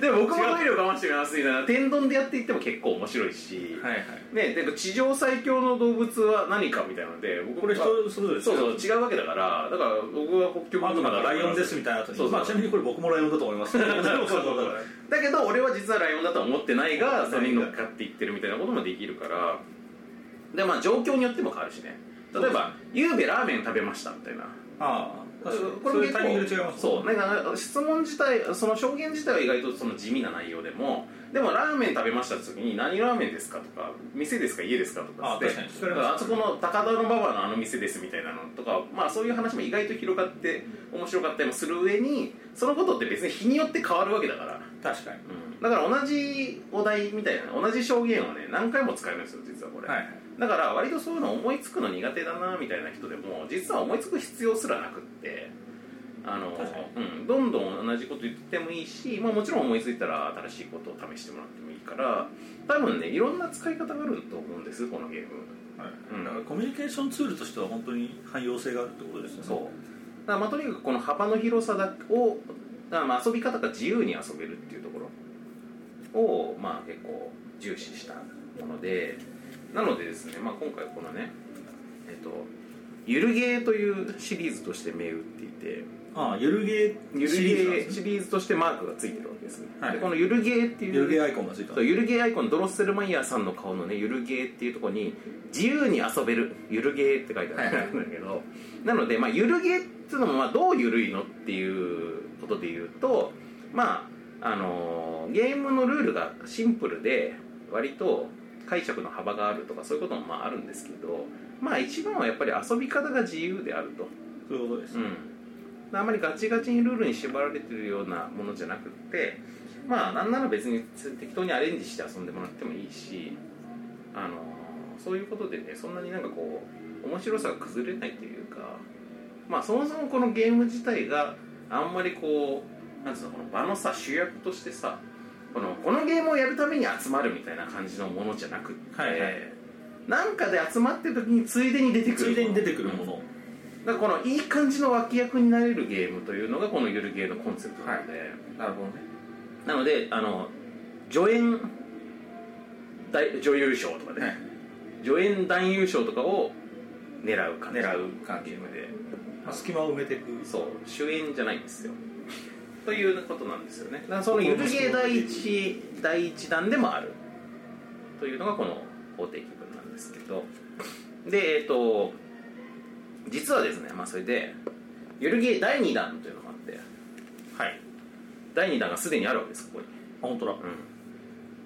S2: でも僕もトイレを我慢してるのは熱いな天丼でやっていっても結構面白いし、
S3: はいはい
S2: ね、で地上最強の動物は何かみたいなので僕
S3: これ
S2: は
S3: 人それぞれ
S2: そうそう違うわけだからだから僕は北極
S3: あとなんかライオンですみたいな後に
S2: そうそう
S3: まあ、ちなみにこれ僕もライオンだと思いますでも *laughs* そうそうそう
S2: だけど俺は実はライオンだとは思ってないがそれに乗っかっていってるみたいなこともできるからでまあ状況によっても変わるしね例えば「ゆうべラーメン食べました」みたいな
S3: ああ確か
S2: こ
S3: に
S2: れ
S3: そう
S2: も結
S3: いうタイミングで違い
S2: 構
S3: ます
S2: そうなんか質問自体その証言自体は意外とその地味な内容でもでもラーメン食べましたって時に何ラーメンですかとか店ですか家ですかとか
S3: あ
S2: って
S3: 確かにそれは
S2: だからあそこの高田の馬場のあの店ですみたいなのとかまあそういう話も意外と広がって面白かったりもする上にそのことって別に日によって変わるわけだから
S3: 確かに
S2: だから同じお題みたいな同じ証言をね何回も使えるんですよ実はこれ、
S3: はい
S2: だから割とそういうの思いつくの苦手だなみたいな人でも実は思いつく必要すらなくってあの
S3: 確かに、
S2: うん、どんどん同じこと言ってもいいし、まあ、もちろん思いついたら新しいことを試してもらってもいいから多分ねいろんな使い方があると思うんですこのゲーム
S3: はい
S2: うん
S3: だからコミュニケーションツールとしては本当に汎用性があるってことですよね
S2: そうだからまあとにかくこの幅の広さだをだからまあ遊び方が自由に遊べるっていうところをまあ結構重視したものでなのでですね、まあ、今回このねえっと「ゆるゲー」というシリーズとして銘打っていて
S3: ああゆるゲ
S2: ゆ
S3: ー
S2: る
S3: シ
S2: ゲ
S3: リーズなんで
S2: ー
S3: すね
S2: シリーズとしてマークがついてるわけですね、
S3: はい
S2: でこの「ゆるゲー」っていう
S3: ゆるゲーアイコンがついた
S2: そうゆるゲーアイコンドロッセルマイヤーさんの顔のねゆるゲーっていうところに「自由に遊べるゆるゲー」って書いて *laughs* あるんだけどなので、まあ、ゆるゲーっていうのもまあどうゆるいのっていうことで言うとまああのーゲームのルールがシンプルで割と解釈の幅があるとかそういうこともまああるんですけどまあ一番はやっぱり遊び方が自由であると。
S3: そういうことです、
S2: うん、あまりガチガチにルールに縛られてるようなものじゃなくってまあなんなら別に適当にアレンジして遊んでもらってもいいしあのそういうことでねそんなになんかこう面白さが崩れないというかまあそもそもこのゲーム自体があんまりこうなんつうのこの場のさ主役としてさこのこのゲームをやるために集まるみたいな感じのものじゃなくって、
S3: はいはい
S2: なんかで集まってる時についでに出てくる
S3: ついでに出てくるもの、
S2: だからこのいい感じの脇役になれるゲームというのがこのゆるゲーのコンセプトなので、
S3: なるほどね
S2: なのであの助演大女優賞とかね、
S3: はい
S2: 助演男優賞とかを狙う感じ
S3: 狙う感じ
S2: ゲームで
S3: まあ隙間を埋めていく
S2: そう主演じゃないんですよということなんですよねだからそのゆるゲー第一第一弾でもあるというのがこの法定規文なんですけどでえっ、と実はですねまあそれでゆるゲー第2弾というのもあって
S3: はい
S2: 第2弾がすでにあるわけですここに
S3: あ本当だ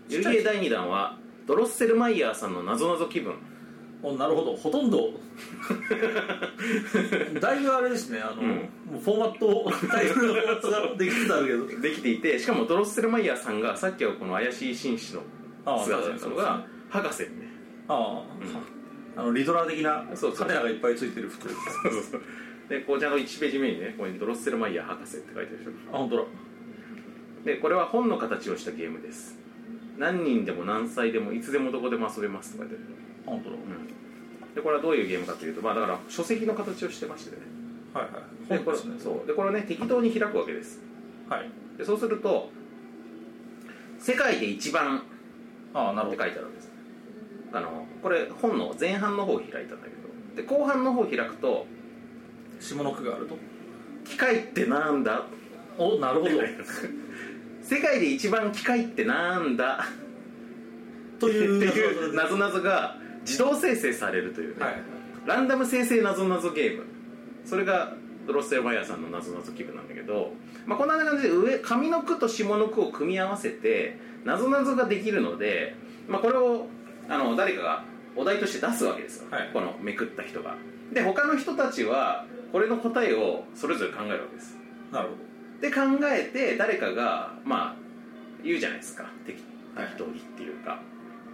S2: ゆるゲー第2弾はドロッセルマイヤーさんのなぞなぞ気分
S3: おなるほどほとんど *laughs* だいぶあれですねあの、
S2: ん
S3: もうフォーマットタイトルのフォーマットができてたけど
S2: できていてしかもドロッセルマイヤーさんがさっきはこの怪しい紳士の姿だったのが博士にね
S3: ああ、あのリドラー的な
S2: そうそう
S3: カメラがいっぱいついてる服
S2: そうそうそうで紅茶の1ページ目にねここに「ドロッセルマイヤー博士」って書いてあるでしょ
S3: あ本当だ
S2: でこれは本の形をしたゲームです何人でも何歳でもいつでもどこでも遊べますって書いてある、
S3: あ本当だ、
S2: うん、でこれはどういうゲームかというとまあだから書籍の形をしてましてね
S3: はいは
S2: で
S3: い
S2: これそうでこれをね適当に開くわけです
S3: はい
S2: でそうすると「世界で一番」
S3: ああなる
S2: っ
S3: ほ
S2: て
S3: ど
S2: 書いてあるわけですあのこれ本の前半の方を開いたんだけどで後半の方を開くと
S3: 下の句があると
S2: 「機械ってなんだ?」
S3: おなる *laughs* ほど
S2: 世界で一番機械ってなんだ
S3: と
S2: って
S3: いう
S2: いうなぞなぞが自動生成されるというね、
S3: はい
S2: ランダム生成なぞなぞゲームそれがドロッセルマイヤーさんのなぞなぞ気分なんだけど、まあ、こんな感じで上上の句と下の句を組み合わせてなぞなぞができるので、まあ、これをあの誰かがお題として出すわけですよ、
S3: はい
S2: このめくった人がで他の人たちはこれの答えをそれぞれ考えるわけです
S3: なるほ
S2: で考えて誰かがまあ言うじゃないですか適
S3: はい
S2: 適当にっていうか、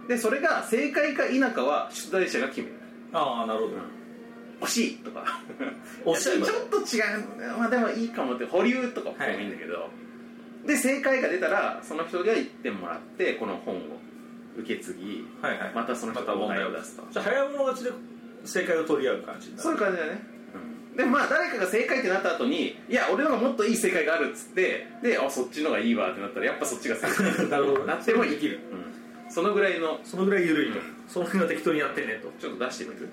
S2: でそれが正解か否かは出題者が決める
S3: どああなるほ
S2: 惜しいとか
S3: どおっしゃる
S2: ちょっと違うまあでもいいかもって保留とかもいいんだけど、で正解が出たらその人が1点もらってこの本を受け継ぎ
S3: はいはい
S2: またその人が問題を出すと
S3: じゃあ早物勝ちで正解を取り合う感じになる
S2: そういう感じだね、でまあ誰かが正解ってなった後にいや俺のがもっといい正解があるっつってであそっちのがいいわってなったらやっぱそっちが正解
S3: *laughs* なるほど
S2: なっても生きる、うん、そのぐらいの
S3: そのぐらい緩いと、その辺は適当にやってねと
S2: ちょっと出してみる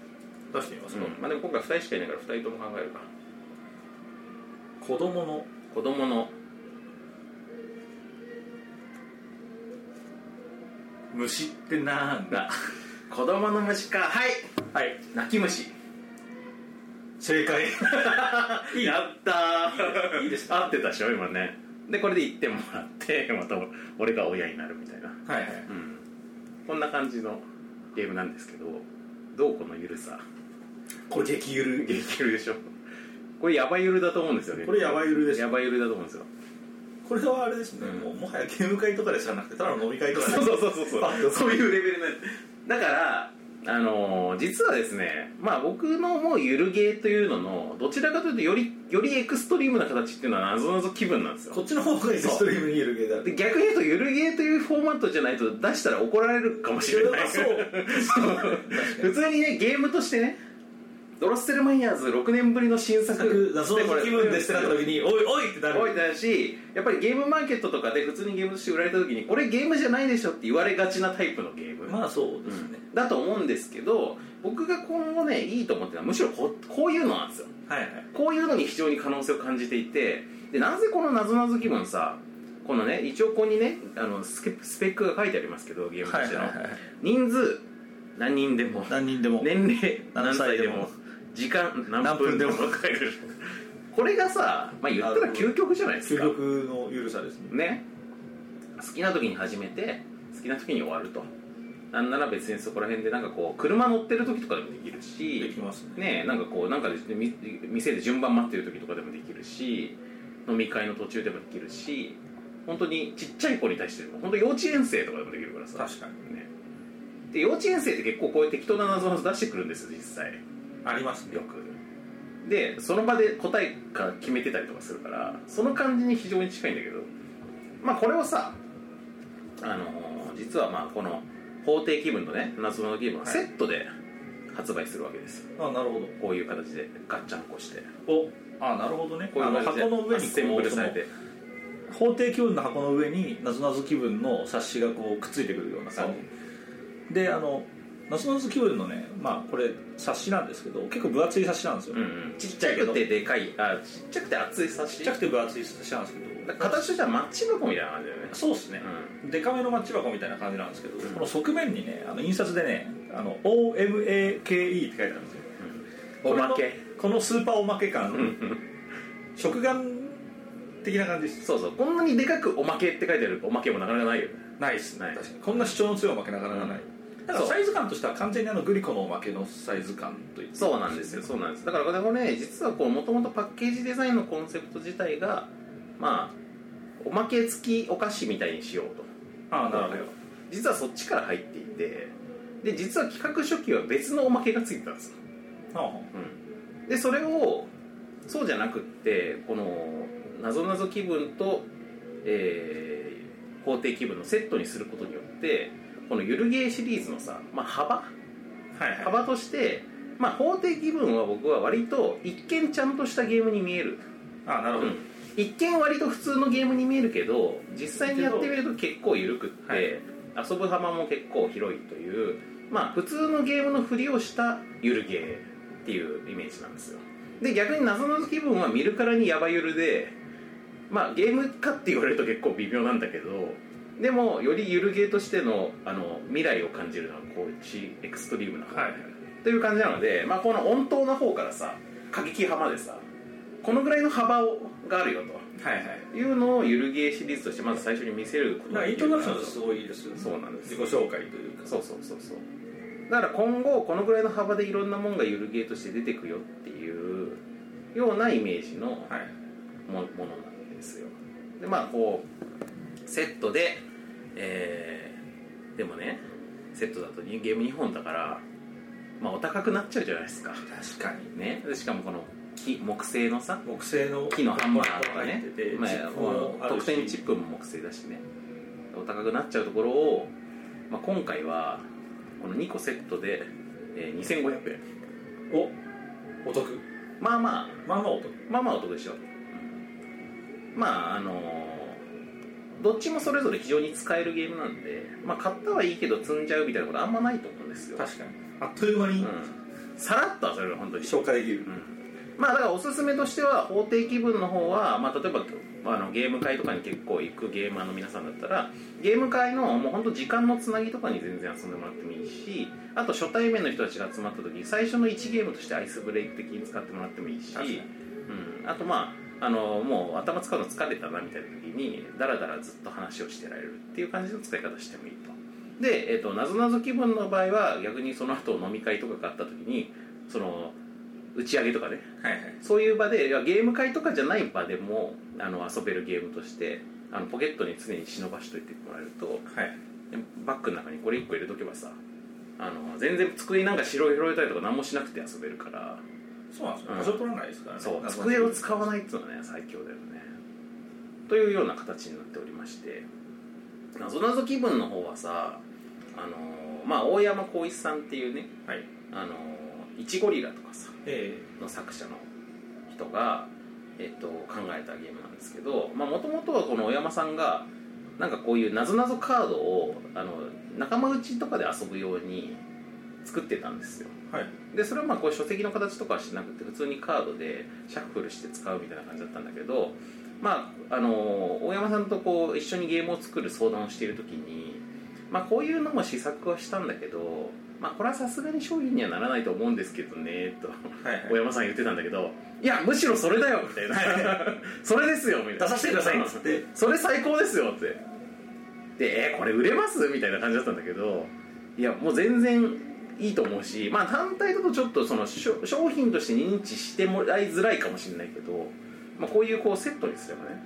S3: 出してみます
S2: うん
S3: と、
S2: まあでも今回2人しかいないから2人とも考えるか
S3: 子供の
S2: 子供の
S3: 虫ってなんだ
S2: 子供の虫かはい
S3: はい
S2: 泣き虫
S3: 正解いい
S2: やったー
S3: いいですね
S2: 合ってたでしょ今ねでこれで1点もらって *laughs* また俺が親になるみたいな
S3: はいはい
S2: うんこんな感じのゲームなんですけどどうこのゆるさ
S3: これ激ゆる
S2: 激ゆるでしょこれやばいゆるだと思うんですよね
S3: これやばいゆるです
S2: やばいゆるだと思うんです
S3: *laughs*
S2: よ
S3: これはあれですね、
S2: うん
S3: もうもはやゲーム会とかでじゃなくてただの飲み会とかで
S2: そうそうそうそう
S3: パッと
S2: そういうレベルのやつだからあのー実はですねまあ僕のもうゆるゲーというののどちらかというとよりよりエクストリームな形っていうのはなぞなぞ気分なんですよ
S3: こっちの方がエクストリームにゆるゲーだ
S2: で逆に言うとゆるゲーというフォーマットじゃないと出したら怒られるかもしれない
S3: *laughs* そう
S2: 普通にねゲームとしてねドロッセルマイヤーズ6年ぶりの新作
S3: 謎の気分でしてなった時に「おいおい!」ってなる
S2: 覚えてたしやっぱりゲームマーケットとかで普通にゲームとして売られた時にこれゲームじゃないでしょって言われがちなタイプのゲーム、
S3: まあそうですね、
S2: だと思うんですけど僕が今後ねいいと思ってるのはむしろここういうのなんですよ
S3: はいはい
S2: こういうのに非常に可能性を感じていてでなぜこのなぞなぞ気分さこのね一応ここにねあのスケスペックが書いてありますけどゲームとしての、人数何人でも
S3: 何人でも
S2: 年齢何
S3: 何
S2: 歳
S3: 歳
S2: で
S3: で
S2: も
S3: も
S2: 時間何
S3: 何
S2: 分
S3: 分
S2: で
S3: で
S2: も
S3: も
S2: 書いてる *laughs* これがさ、まあ、言ったら究極じゃないです
S3: 究
S2: か
S3: 極のゆるさですね
S2: ね好きな時に始めて好きな時に終わるとなんなら別にそこら辺でなんかこう車乗ってる時とかでもできる
S3: でき
S2: し
S3: ますね
S2: ねなんかこうなんかでみ店で順番待ってる時とかでもできるし飲み会の途中でもできるし本当にちっちゃい子に対しても本当幼稚園生とかでもできるからさ
S3: 確かに
S2: ねで幼稚園生って結構こういう適当な謎々出してくるんですよ実際
S3: ありますね
S2: よくでその場で答えから決めてたりとかするからその感じに非常に近いんだけどまあこれをさあのー実はまあこの法廷気分とね謎のゲームはセットで発売するわけですよ、
S3: あなるほ
S2: こういう形でガッチャンコして
S3: どおあなるほどね
S2: こうい
S3: あ
S2: う
S3: の
S2: 形で
S3: 箱の上に
S2: アッセンブルされ
S3: こ
S2: て
S3: う法定気分の箱の上になぞなぞ気分の冊子がこうくっついてくるような感じであのなぞなぞ気分のねまあこれ冊子なんですけど結構分厚い冊子なんですよ、
S2: うんうんちっちゃくてでかいあちっちゃくて厚い冊子
S3: ちっちゃくて分厚い冊子なんですけど
S2: 形としてはマッチ箱みたいな感じだよね
S3: そうですね、デカめのマッチ箱みたいな感じなんですけど、この側面にねあの印刷でねあの OMAKE って書いてあるんですよ
S2: うんおまけ
S3: このこのスーパーおまけ感、食玩的な感じです
S2: *laughs* そうそうこんなにでかく「おまけ」って書いてあるおまけもなかなかないよね
S3: ないです
S2: ない
S3: 確かにこんな主張の強いおまけなかなかない、だか
S2: そう
S3: らサイズ感としては完全にあのグリコのおまけのサイズ感といって
S2: そうなんですよそうなんですだからこれもね実はこうもともとパッケージデザインのコンセプト自体がまあおまけ付きお菓子みたいにしようと
S3: ああなるほど
S2: 実はそっちから入っていてで実は企画書記は別のおまけがついてたんですよ、
S3: あ
S2: でそれをそうじゃなくってこのなぞなぞ気分と、えー、法廷気分のセットにすることによってこのゆるゲーシリーズのさ、まあ、幅
S3: あはいはい
S2: 幅として、まあ、法廷気分は僕は割と一見ちゃんとしたゲームに見える、
S3: ああなるほど、
S2: 一見割と普通のゲームに見えるけど実際にやってみると結構緩くって、
S3: はい
S2: 遊ぶ幅も結構広いというまあ普通のゲームのふりをしたゆるゲーっていうイメージなんですよで逆に謎の気分は見るからにヤバゆるでまあゲームかって言われると結構微妙なんだけどでもよりゆるゲーとしてのあの未来を感じるのはこっちエクストリームな方
S3: はい
S2: という感じなので、まあ、この温当な方からさ過激派までさこのぐらいの幅をがあるよ
S3: はいはい
S2: というのをゆるゲーシリーズとしてまず最初に見せること
S3: な
S2: が
S3: んか
S2: で
S3: イン
S2: きる
S3: ト
S2: か
S3: ロ
S2: な
S3: ダクション
S2: と
S3: がすごいいいですよね
S2: そうなんです
S3: 自己紹介というか
S2: そうそうそうそうだから今後このぐらいの幅でいろんなもんがゆるゲーとして出てくよっていうようなイメージのも
S3: はい
S2: ものなんですよでまあこうセットでえーでもねセットだとにゲーム2本だからまあお高くなっちゃうじゃないですか
S3: 確かに
S2: ね、でしかもこの木木製のさ
S3: 木製の
S2: 木のハンマーとか
S3: 入っ
S2: ね
S3: てて、
S2: まあ
S3: チップもあるし
S2: 特典チップも木製だしねお高くなっちゃうところを、まあ、今回はこの2個セットで、えー2500円
S3: おお得
S2: まあまあ
S3: まあまあ音
S2: まあまあ音でしょう、まああのどっちもそれぞれ非常に使えるゲームなんで、まあ、買ったはいいけど積んじゃうみたいなことあんまないと思うんですよ、
S3: 確かにあっという間
S2: う
S3: に
S2: ん、さらっとはそれは本当に
S3: 消化できる、
S2: まあだからおすすめとしては法定気分の方は、まあ、例えばあのゲーム会とかに結構行くゲーマーの皆さんだったらゲーム会のもう本当時間のつなぎとかに全然遊んでもらってもいいしあと初対面の人たちが集まった時に最初の1ゲームとしてアイスブレイク的に使ってもらってもいいし、
S3: 確かに
S2: うん、あとまああのもう頭使うの疲れたなみたいな時にダラダラずっと話をしてられるっていう感じの使い方してもいいと。で、えっとなぞなぞ気分の場合は逆にその後飲み会とかがあった時にその打ち上げとかね
S3: はいはい
S2: そういう場でいやゲーム会とかじゃない場でもあの遊べるゲームとしてあのポケットに常に忍ばしといてもらえると
S3: はい
S2: バッグの中にこれ1個入れとけばさあの全然机なんか白広げたりとか何もしなくて遊べるから
S3: そうなんですよ
S2: うん
S3: 場所取らないですからね
S2: そう机を使わ
S3: い
S2: ないっていうのはね最強だよねというような形になっておりましてなぞなぞ気分の方はさあのまあ大山浩一さんっていうね
S3: はい
S2: あのイチゴリラとかさ
S3: え
S2: の作者の人が、えっと、考えたゲームなんですけどもともとはこの小山さんがなんかこういうなぞなぞカードをあの仲間内とかで遊ぶように作ってたんですよ
S3: えはい
S2: でそれはまあこう書籍の形とかはしなくて普通にカードでシャッフルして使うみたいな感じだったんだけどまああの大山さんとこう一緒にゲームを作る相談をしている時にまあこういうのも試作はしたんだけどまあこれはさすがに商品にはならないと思うんですけどねと
S3: はいはい
S2: 小山さん言ってたんだけど「いやむしろそれだよ」みたいな *laughs* 「それですよ」みたいな
S3: 出させてくださいっつって
S2: 「それ最高ですよ」ってで「えーこれ売れます?」みたいな感じだったんだけどいやもう全然いいと思うしまあ単体だとちょっとそのしょ商品として認知してもらいづらいかもしれないけど、まあ、こういうこうセットにすればね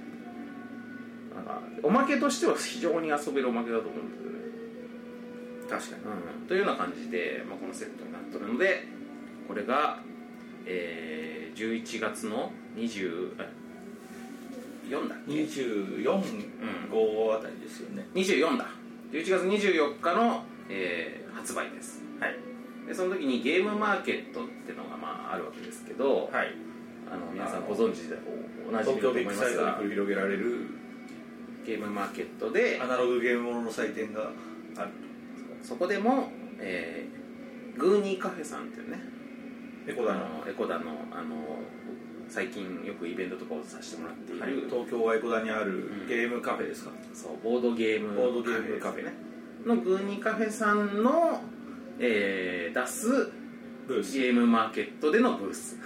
S2: なんかおまけとしては非常に遊べるおまけだと思うんですよね
S3: 確かに
S2: うん、というような感じで、まあ、このセットになってるのでこれが、えー、11月の20あ4だっけ
S3: 24号あたりですよね、
S2: 24だ11月24日の、えー発売です
S3: はい
S2: でその時にゲームマーケットってのが、まあ、あるわけですけど、
S3: はい
S2: あの皆さんご存知でおなじみだと
S3: 東京
S2: 思
S3: ビ
S2: い
S3: ッ
S2: ま
S3: グサイ
S2: す
S3: トで
S2: が
S3: 繰り広げられる
S2: ゲームマーケットで
S3: アナログゲームものの祭典がある
S2: そこでも、えーグーニーカフェさんっていうね
S3: とエコダの、
S2: あのエコダのあの最近よくイベントとかをさせてもらっている、
S3: はい東京はエコダにあるゲームカフェですか、
S2: そうボードゲーム
S3: ボードゲームカフェ
S2: ですねのグーニーカフェさんの、えー出す
S3: ブース
S2: ゲームマーケットでのブース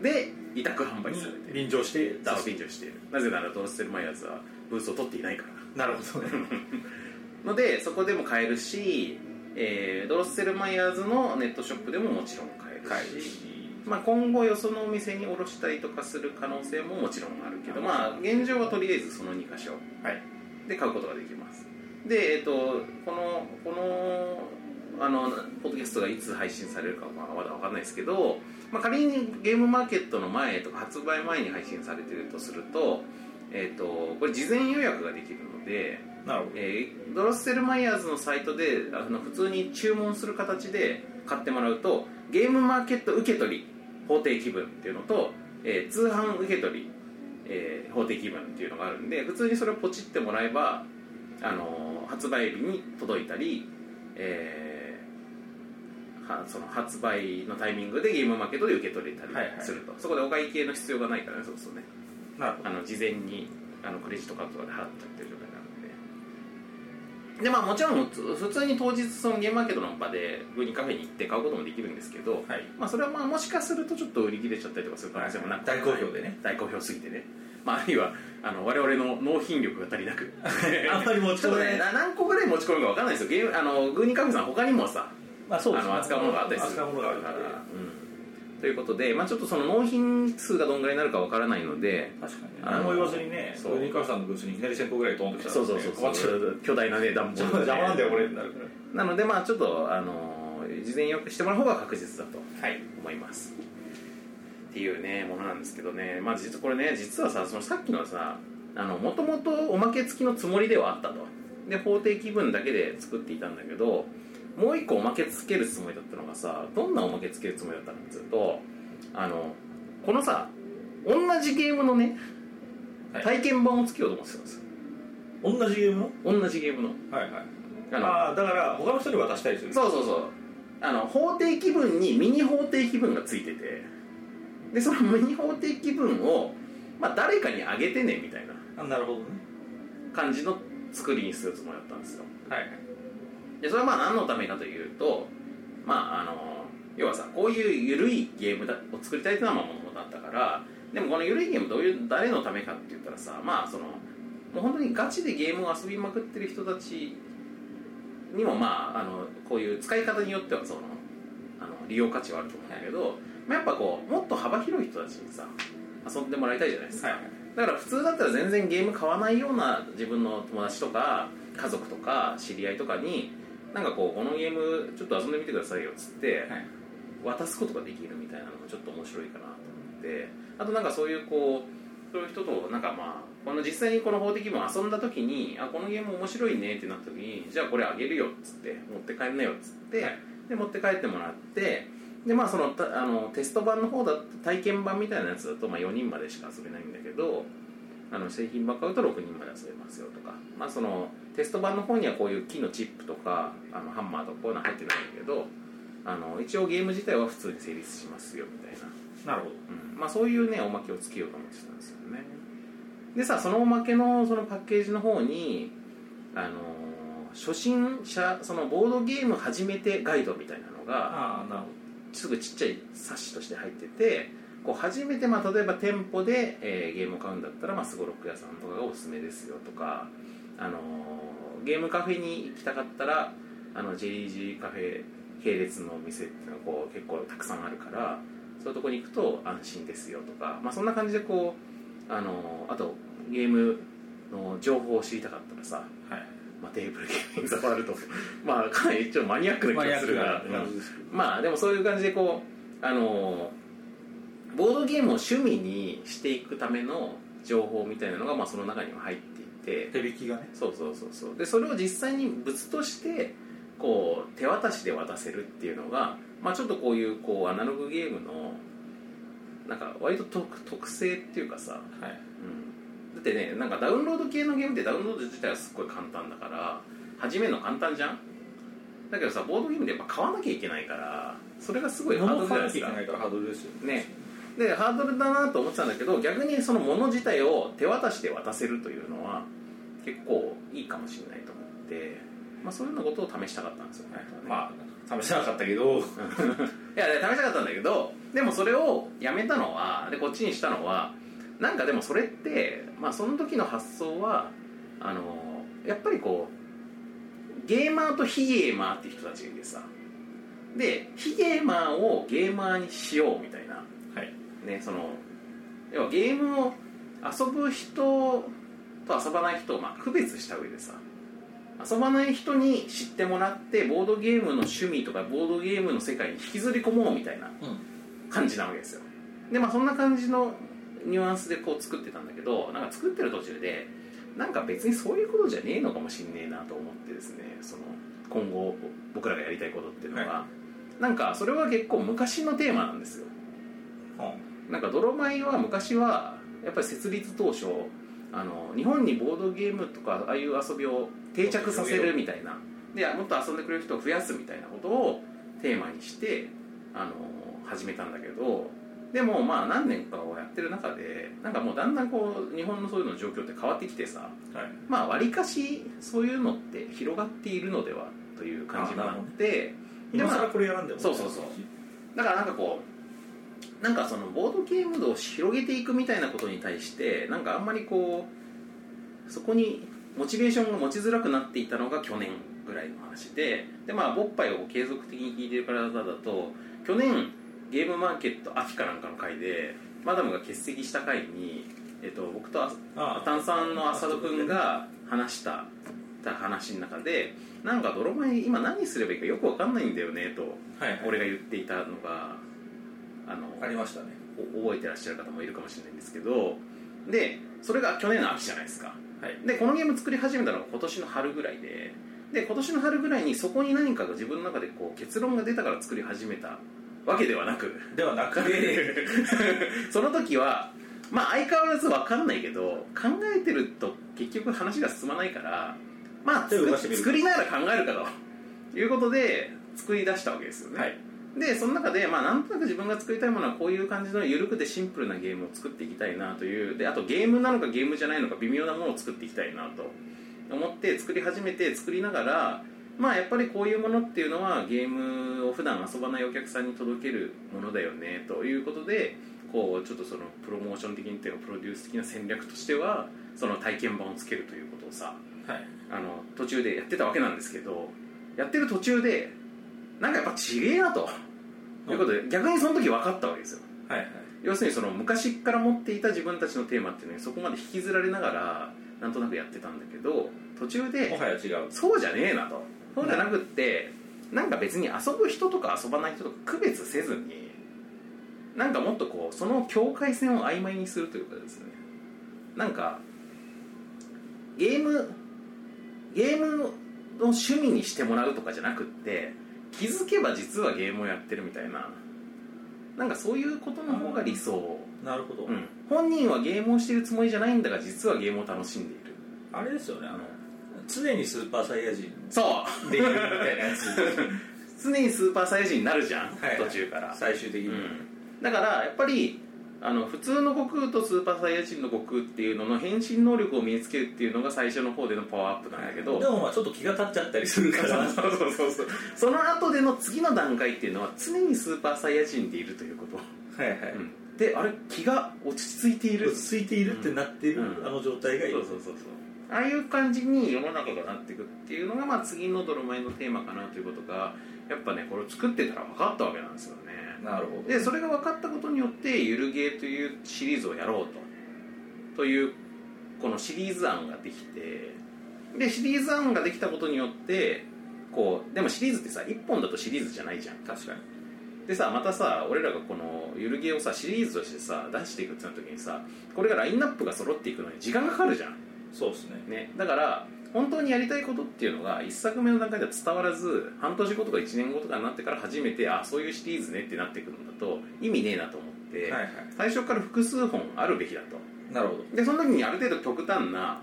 S2: で委託販売されて
S3: に
S2: いる
S3: 臨場して出
S2: ダウ
S3: す
S2: ピンしているなぜならドロッセルマイヤーズはブースを取っていないから
S3: なるほどね
S2: のでそこでも買えるし、えードロッセルマイヤーズのネットショップでももちろん買えるし
S3: 買えるし
S2: まあ、今後よそのお店に卸したりとかする可能性ももちろんあるけど、まあ、現状はとりあえずその2箇所
S3: はい
S2: で買うことができますで、えっとこのこのあのポッドキャストがいつ配信されるかはまあまだ分かんないですけど、まあ、仮にゲームマーケットの前とか発売前に配信されてるとすると,、えっとこれ事前予約ができるので、
S3: なるほど
S2: えードロッセルマイヤーズのサイトであの普通に注文する形で買ってもらうとゲームマーケット受け取り法定気分っていうのと、えー通販受け取り、えー法定気分っていうのがあるんで普通にそれをポチってもらえば、あのー発売日に届いたり、えーはその発売のタイミングでゲームマーケットで受け取れたり
S3: はいはい
S2: すると、そこでお会計の必要がないからねそうするとね
S3: なるほ
S2: あの事前にあのクレジットカードとかで払っちゃってる状態なのででまあもちろんつ普通に当日そのゲームマーケットの場でグーニーカフェに行って買うこともできるんですけど、
S3: どはい
S2: まあ、それはまあもしかするとちょっと売り切れちゃったりとかする可能性もなく、
S3: はい大好評でね
S2: 大好評すぎてねまあ、あるいはあの我々の納品力が足りな *laughs* く
S3: あんまり持ち
S2: ちょっ
S3: 込
S2: と
S3: めな
S2: ね
S3: い
S2: な何個ぐらい持ち込むか分かんないですよゲームあのグーニーカフェさん他にもさ
S3: まあそ
S2: あ
S3: うですね
S2: の扱うものがあったりする
S3: 扱うものがあるか
S2: からら、うん、ということで、まあ、ちょっとその納品数がどんぐらいになるかわからないので
S3: 確かにね
S2: あの
S3: 何も言わずにね
S2: そう
S3: ウニカフェさんのブースにいきなり1000個ぐらいドーンと来たら
S2: そうそうそう
S3: 困っちゃう
S2: 巨大なね段ボール
S3: 邪魔
S2: でね
S3: なんだよこれになるから
S2: なのでまあちょっとあのー事前に予約してもらう方が確実だと
S3: はい
S2: 思いますっていうねものなんですけどねまあ実これね実はさそのさっきのさあのもともとおまけ付きのつもりではあったとで法定気分だけで作っていたんだけどもう一個おまけつけるつもりだったのがさどんなおまけつけるつもりだったのかっていうとあのこのさ同じゲームのね
S3: はい
S2: 体験版をつけようと思ってたんですよ
S3: 同じゲーム
S2: 同じゲームの
S3: のはいはい
S2: あの
S3: ああだから他の人に渡したりする
S2: そうそうそうあの法定気分にミニ法定気分がついててでそのミニ法定気分を、まあ、誰かにあげてねみたいな
S3: あなるほどね
S2: 感じの作りにするつもりだったんですよ
S3: はいはい
S2: でそれはまあ何のためかというとまああの要はさこういう緩いゲームだを作りたいというのはもともとあったからでもこの緩いゲームどういう誰のためかって言ったらさまあそのもう本当にガチでゲームを遊びまくってる人たちにもまああのこういう使い方によってはそのあの利用価値はあると思うんだけど、まあ、やっぱこうもっと幅広い人たちにさ遊んでもらいたいじゃないですか、
S3: はいはい
S2: だから普通だったら全然ゲーム買わないような自分の友達とか家族とか知り合いとかになんかこうこのゲームちょっと遊んでみてくださいよっつって
S3: はい
S2: 渡すことができるみたいなのもちょっと面白いかなと思ってあとなんかそういうこうそういう人となんかまあこの実際にこの法的部遊んだ時にあこのゲーム面白いねってなった時にじゃあこれあげるよっつって持って帰んなよっつって、
S3: はい
S2: で持って帰ってもらってでまあそのたあのテスト版の方だと体験版みたいなやつだと、まあ、4人までしか遊べないんだけどあの製品ばっかりだと6人まで遊べますよとか、まあ、そのテスト版の方にはこういう木のチップとかあのハンマーとかこういうの入ってないんだけどあの一応ゲーム自体は普通に成立しますよみたいな、
S3: なるほど
S2: うんまあ、そういうねおまけをつけようと思ってたんですよねでさそのおまけのそのパッケージの方にあの初心者そのボードゲーム始めてガイドみたいなのが
S3: ああなる
S2: すぐちっちゃい冊子として入っててこう初めて、まあ、例えば店舗で、えーゲームを買うんだったらまあスゴロック屋さんとかがおすすめですよとか、あのーゲームカフェに行きたかったらあのジェリージーカフェ系列のお店っていうのがこう結構たくさんあるからそういうとこに行くと安心ですよとか、まあ、そんな感じでこう、あのーあとゲームの情報を知りたかったらさ、
S3: ほどはい
S2: まあ、テーブルゲームに触るとまあかなり一応マニアックな気がするから。
S3: な感じですけど
S2: まあでもそういう感じでこうあのーボードゲームを趣味にしていくための情報みたいなのが、まあ、その中には入っていて
S3: 手引きがね
S2: そうそうそうそうでそれを実際に物としてこう手渡しで渡せるっていうのが、まあ、ちょっとこういうこうアナログゲームのなんか割と特特性っていうかさ、
S3: はい
S2: うん、だってねなんかダウンロード系のゲームってダウンロード自体はすっごい簡単だから始めるの簡単じゃんだけどさボードゲームでやっぱ買わなきゃいけないからそれがすごいハード
S3: 物
S2: ル
S3: を
S2: じゃ
S3: 買
S2: ないですか
S3: わなきゃいけないからハードルですよ
S2: ねでハードルだなと思ってたんだけど逆にその物自体を手渡しで渡せるというのは結構いいかもしれないと思って、まあ、そういうようなことを試したかったんですよ、
S3: はい
S2: 本当はね
S3: まあ試せなかったけ
S2: い
S3: ど
S2: や試したかったんだけどでもそれをやめたのはでこっちにしたのはなんかでもそれって、まあ、その時の発想はあのやっぱりこうゲーマーと非ゲーマーって人たちがいてさで非ゲーマーをゲーマーにしようみたいな
S3: はい
S2: ねその要はゲームを遊ぶ人と遊ばない人をまあ区別した上でさ遊ばない人に知ってもらってボードゲームの趣味とかボードゲームの世界に引きずり込もうみたいな
S3: うん
S2: 感じなわけですよでまあそんな感じのニュアンスでこう作ってたんだけどなんか作ってる途中でなんか別にそういうことじゃねえのかもしんねえなと思ってですねその今後僕らがやりたいことっていうのが、
S3: は
S2: なんかそれは結構昔のテーマなんですよなんか泥米は昔はやっぱり設立当初あの日本にボードゲームとかああいう遊びを定着させるみたいなでもっと遊んでくれる人を増やすみたいなことをテーマにしてあの始めたんだけどでもまあ何年かをやってる中でなんかもうだんだんこう日本のそういうの状況って変わってきてさ
S3: はい
S2: まあわりかしそういうのって広がっているのではという感じもあってで
S3: 今
S2: まあ
S3: 更これやらんでも
S2: そうそうそうだからなんかこうなんかそのボードゲーム度を広げていくみたいなことに対してなんかあんまりこうそこにモチベーションが持ちづらくなっていたのが去年ぐらいの話ででまあボッパイを継続的に聞いてる方だと去年ゲームマーケット秋かなんかの回でマダムが欠席した回に、えっと、僕とあ
S3: ああ
S2: 炭酸の浅野君が話した話の中でなんか泥米今何すればいいかよくわかんないんだよねと
S3: はいはい
S2: 俺が言っていたのがあの
S3: ありましたね
S2: お覚えてらっしゃる方もいるかもしれないんですけどでそれが去年の秋じゃないですか
S3: はい
S2: でこのゲーム作り始めたのが今年の春ぐらいでで今年の春ぐらいにそこに何かが自分の中でこう結論が出たから作り始めたわけではなく
S3: で *laughs* はなくて
S2: その時はまあ相変わらず分かんないけど考えてると結局話が進まないからまあ
S3: 手を
S2: 作
S3: 動かしてみる
S2: 作りながら考えるかということで作り出したわけですよね、
S3: はい
S2: でその中で、まあ、なんとなく自分が作りたいものはこういう感じの緩くてシンプルなゲームを作っていきたいなというであとゲームなのかゲームじゃないのか微妙なものを作っていきたいなと思って作り始めて作りながらまあやっぱりこういうものっていうのはゲームを普段遊ばないお客さんに届けるものだよねということでこうちょっとそのプロモーション的にっていうかプロデュース的な戦略としてはその体験版をつけるということをさ
S3: はい
S2: あの途中でやってたわけなんですけどやってる途中でなんかやっぱちげえなとと
S3: うん
S2: いうことで逆にその時分かったわけですよ
S3: はいはい
S2: 要するにその昔から持っていた自分たちのテーマっていうのにそこまで引きずられながらなんとなくやってたんだけど途中
S3: も
S2: で
S3: はや違う
S2: そうじゃねえなとそうじゃなくってなんか別に遊ぶ人とか遊ばない人とか区別せずになんかもっとこうその境界線を曖昧にするというかですねなんかゲームゲームの趣味にしてもらうとかじゃなくって気づけば実はゲームをやってるみたいななんかそういうことの方が理想、
S3: なるほど、
S2: うん、本人はゲームをしてるつもりじゃないんだが実はゲームを楽しんでいる
S3: あれですよねあ
S2: あ
S3: の
S2: の
S3: 常にスーパーサイヤ人
S2: そう
S3: できるみたいなやつ
S2: 常にスーパーサイヤ人になるじゃん、
S3: *laughs* はい
S2: 途中から
S3: 最終的に、
S2: うん、だからやっぱりあの普通の悟空とスーパーサイヤ人の悟空っていうのの変身能力を身につけるっていうのが最初の方でのパワーアップなんだけど、
S3: でもまあちょっと気が立っちゃったりする
S2: そ
S3: か
S2: う
S3: ら
S2: そうそうそうそうその後での次の段階っていうのは常にスーパーサイヤ人でいるということ、
S3: はいはい、
S2: うん、であれ気が落ち着いている
S3: 落ち着いているってなってる、
S2: うん
S3: あの状態がいい、
S2: そうそうそうそうああいう感じに世の中がなっていくっていうのが、まあ、次の「ドロマイン」のテーマかなということがやっぱねこれを作ってたら分かったわけなんですよね
S3: なるほ
S2: でそれが分かったことによって「ゆるゲー」というシリーズをやろうとというこのシリーズ案ができてでシリーズ案ができたことによってこうでもシリーズってさ1本だとシリーズじゃないじゃん
S3: 確かに
S2: でさまたさ俺らがこのゆるゲーをさシリーズとしてさ出していくってなった時にさこれがラインナップが揃っていくのに時間がかかるじゃん
S3: そうですね
S2: ね、だから本当にやりたいことっていうのが1作目の段階では伝わらず半年後とか1年後とかになってから初めてあそういうシリーズねってなってくるんだと意味ねえなと思って、
S3: はいは
S2: 最初から複数本あるべきだと
S3: いなるほど
S2: でその時にある程度極端な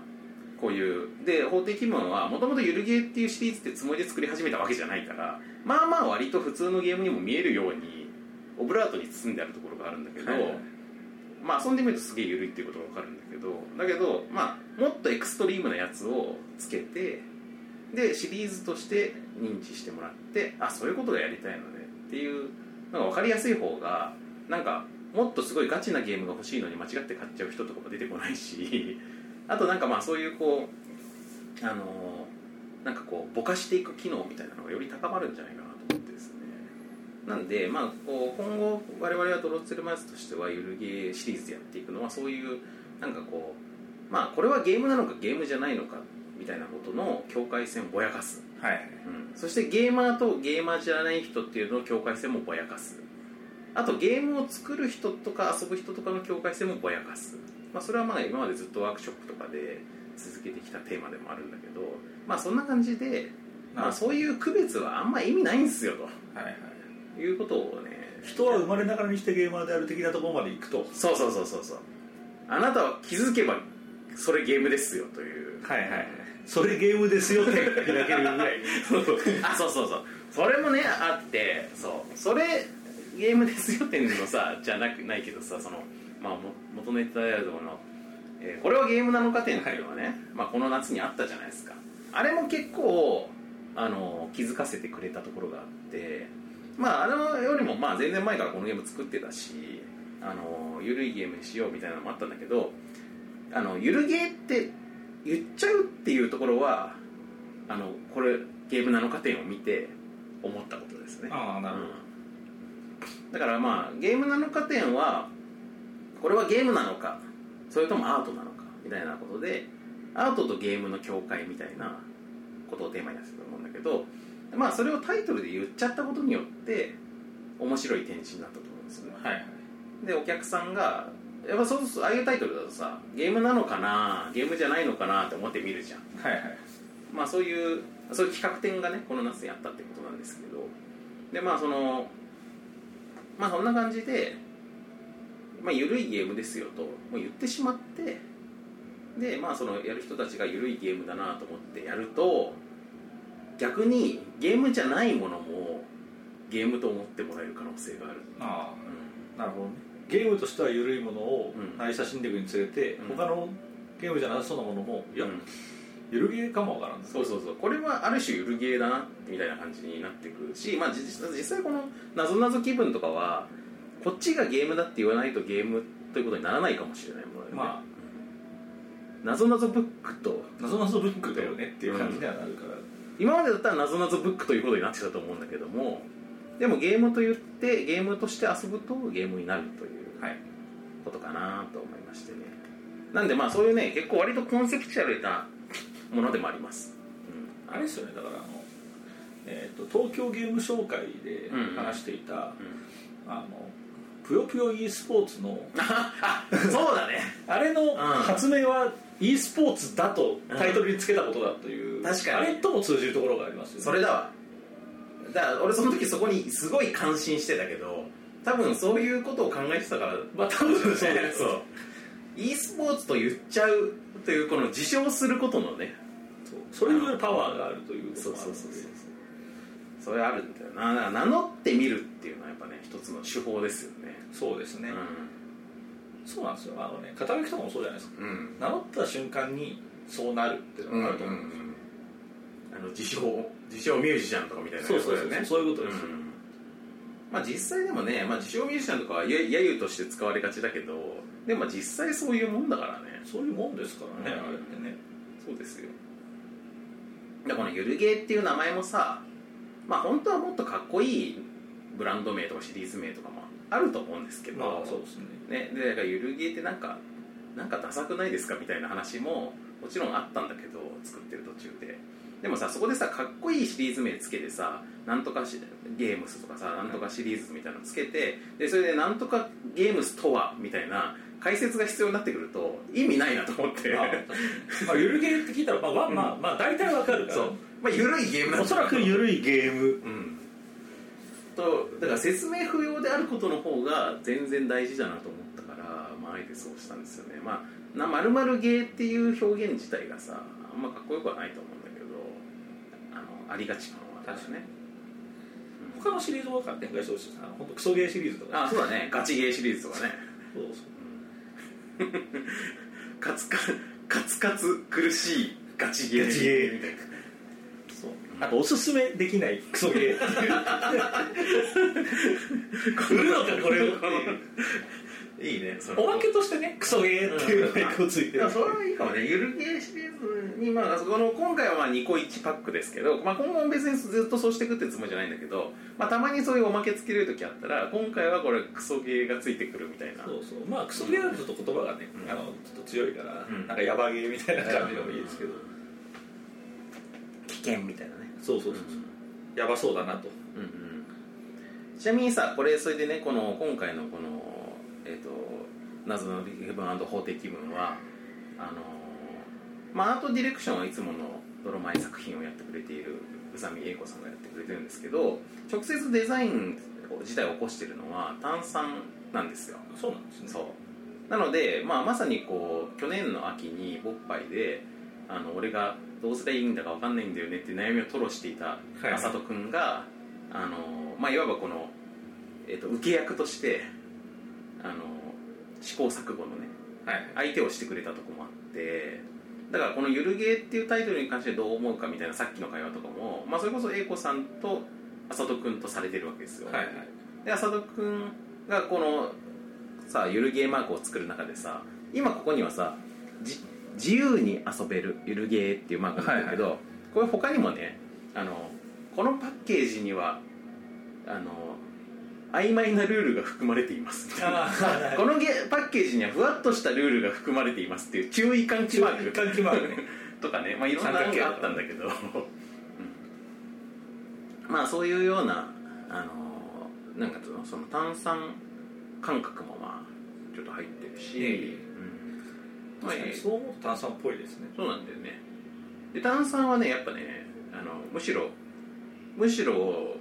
S2: こういうで法定基本はもともと「ゆるゲー」っていうシリーズってつもりで作り始めたわけじゃないからまあまあ割と普通のゲームにも見えるようにオブラートに包んであるところがあるんだけど、
S3: はいはい
S2: まあ遊んでみるとすげえ緩いっていうことが分かるんだけどだけど、まあ、もっとエクストリームなやつをつけてでシリーズとして認知してもらってあそういうことがやりたいのねっていうなんか分かりやすい方がなんかもっとすごいガチなゲームが欲しいのに間違って買っちゃう人とかも出てこないし *laughs* あとなんかまあそういうこうあのーなんかこうぼかしていく機能みたいなのがより高まるんじゃないかなと思ってですねなんで、まあ、こう今後我々はドロッツェルマイズとしてはゆるゲーシリーズでやっていくのはそういうなんかこうまあこれはゲームなのかゲームじゃないのかみたいなことの境界線をぼやかす、
S3: はい
S2: うん、そしてゲーマーとゲーマーじゃない人っていうのの境界線もぼやかすあとゲームを作る人とか遊ぶ人とかの境界線もぼやかす、まあ、それはまあ今までずっとワークショップとかで続けてきたテーマでもあるんだけどまあそんな感じで、まあ、そういう区別はあんま意味ないんですよと。
S3: はいはい
S2: いうことをね
S3: 人は生まれながらにしてゲーマーである的なところまで行くと
S2: そうそうそうそうそうあなたは気づけばそれゲームですよと
S3: *laughs*
S2: いう
S3: はいはいはいそれゲームですよって開けるぐらいに
S2: あそうそうそうそれもねあってそうそれゲームですよっていうのさじゃなくないけどさその、まあ、も元ネタやるとこの、えーこれはゲームなのか展っていうのはね、まあ、この夏にあったじゃないですかあれも結構あの気づかせてくれたところがあってまああのよりもまあ全然前からこのゲーム作ってたしあの緩いゲームにしようみたいなのもあったんだけどあのゆるゲーって言っちゃうっていうところはあのこれゲームなのか点を見て思ったことですね
S3: *laughs* ああなるほど、
S2: うんだからまあゲームなのか点はこれはゲームなのかそれともアートなのかみたいなことでアートとゲームの境界みたいなことをテーマに出してると思うんだけどまあそれをタイトルで言っちゃったことによって面白い展示になったと思うんですよね
S3: はいはい
S2: でお客さんがやっぱそうそうああいうタイトルだとさゲームなのかなゲームじゃないのかなって思って見るじゃん
S3: はいはい
S2: まあそういうそういう企画展がねこの夏にあったってことなんですけどでまあそのまあそんな感じで、まあ、緩いゲームですよともう言ってしまってでまあそのやる人たちが緩いゲームだなと思ってやると逆にゲームじゃないものもゲームと思ってもらえる可能性がある、
S3: あ
S2: う
S3: あなるほどねゲームとしては緩いものを
S2: うん
S3: 愛さしんでいくにつれて、
S2: うん
S3: 他のゲームじゃなさそうなものもいや、
S2: うん
S3: 緩ゲーかもわからん
S2: そうそうそうこれはある種ゆるゲーだなみたいな感じになってくるし、まあ、実実際このなぞなぞ気分とかはこっちがゲームだって言わないとゲームということにならないかもしれないものだよね、
S3: ま
S2: なぞなぞブックと
S3: あなぞなぞブックだよねっていう感じにはなるから、
S2: 今までだったらなぞなぞブックということになってたと思うんだけどもでもゲームと言ってゲームとして遊ぶとゲームになるという
S3: はい
S2: ことかなと思いましてねなんでまあそういうね結構割とコンセプチュアルなものでもあります、うん
S3: あれですよねだからあの、えー、と東京ゲーム紹介で
S2: うん
S3: 話していた、
S2: うん
S3: あのぷよぷよ e スポーツの
S2: あ *laughs* そうだね
S3: あれの
S2: ん
S3: 発明は e スポーツだとタイトルにつけたことだという、
S2: 確かに
S3: あれとも通じるところがありますよね
S2: それだわだから俺その時そこにすごい感心してたけど多分そういうことを考えてたから
S3: まあ多分そうだよ
S2: そう e スポーツと言っちゃうというこの自称することのね
S3: そうそれによるパワーがあるということ
S2: そう
S3: もあ
S2: そ
S3: る
S2: う
S3: ので
S2: そうそうそうそれあるんだよなだから名乗ってみるっていうのはやっぱね一つの手法ですよね
S3: そうですね、そうなんですよあのね肩書きとかもそうじゃないですか
S2: うんうん
S3: 名乗った瞬間にそうなるっていうのがあると思うんですよ、
S2: あの自称自称ミュージシャンとかみたいな
S3: そうそうそ
S2: や
S3: う
S2: つだよね
S3: そういうことですよ
S2: んまあ実際でもね、まあ、自称ミュージシャンとかはや揶揄として使われがちだけどでも実際そういうもんだからね
S3: そういうもんですからね、
S2: うん
S3: あれってね
S2: そうですよでこの「ゆるゲー」っていう名前もさまあ本当はもっとかっこいいブランド名とかシリーズ名とかもあると思うんですけど、
S3: まあそうですね
S2: ね、でだからゆるゲーってなんかなんかダサくないですかみたいな話ももちろんあったんだけど作ってる途中ででもさそこでさかっこいいシリーズ名つけてさなんとかしゲームスとかさなんとかシリーズみたいなのつけてでそれでなんとかゲームスとはみたいな解説が必要になってくると意味ないなと思って
S3: まあ、まあ、ゆるゲーって聞いたら、まあ、まあ、まあ、まあ、大体わかるから。
S2: *laughs* そうまあゆるいゲームなんだ
S3: おそらくゆるいゲーム。
S2: うんとだから説明不要であることの方が全然大事だなと思ったから、まあ、あえてそうしたんですよねまあな「まるまるゲー」っていう表現自体がさあんまかっこよくはないと思うんだけどあのありがち感は
S3: 確かに
S2: うん
S3: 他のシリーズも分かってんかいそうですよ。あの本当クソゲーシリーズとか。
S2: あそうだねガチゲーシリーズとかね
S3: そうそう
S2: カツカカツカツ苦しいガチゲー
S3: ガチゲー
S2: みた *laughs* いな
S3: そう。あと、おすすめできないクソ *laughs* ゲー。 *laughs* 売るのか、これをっていう。
S2: *laughs* いいねそれ
S3: おまけとしてね、クソゲーっていうのが一個ついて
S2: い
S3: る
S2: や。それはいいかもねゆるゲーシリーズに、まあ、そこの今回はまあ2個1パックですけど、まあ、今後も別にずっとそうしていくってつもりじゃないんだけど、まあ、たまにそういうおまけつける時あったら今回はこれクソゲーがついてくるみたいな
S3: そうそう。まあ、クソゲーだとちょっと言葉がね、
S2: うん
S3: あの、ちょっと強いから、
S2: うん
S3: なんかヤバゲーみたいな感じでもいいですけど。
S2: 危険みたいなね
S3: そうそうそうそう。ヤバそうだなと。
S2: うんうんちなみにさこれそれでねこの今回のこのえっ、と謎の気分法的文はあのーまあアートディレクションはいつもの泥前作品をやってくれている宇佐美英子さんがやってくれてるんですけど直接デザイン自体を起こしてるのは炭酸なんですよ
S3: そうなんですね。
S2: そうなので、まあ、まさにこう去年の秋にボッパイであの俺がどうすればいいんだか分かんないんだよねって悩みを吐露していた
S3: い
S2: あさとくんが、あのまあ、いわばこの、えっと受け役としてあの試行錯誤のね
S3: はい。
S2: 相手をしてくれたとこもあってだからこの「ゆるゲー」っていうタイトルに関してどう思うかみたいなさっきの会話とかも、まあ、それこそ英子さんとあさとくんとされてるわけですよ、
S3: はい *laughs* はい。
S2: で浅田君がこのさゆるゲーマークを作る中でさ今ここにはさじ自由に遊べるゆるゲーっていうマークなんだけど、これ他にもねあのこのパッケージにはあの曖昧なルールが含まれていますみたいな
S3: ああ、
S2: このゲパッケージにはふわっとしたルールが含まれていますっていう注意喚起マーク
S3: 換気マークね。
S2: *laughs* とかね、まあ、いろんなのがあったんだけど、うんまあそういうようなあのなんかそのその炭酸感覚もまあちょっと入ってるし、
S3: ええ
S2: うんまあ
S3: 確かにそう思うと炭酸っぽいですね
S2: そうなんだよねで炭酸はねやっぱねあのむしろむしろ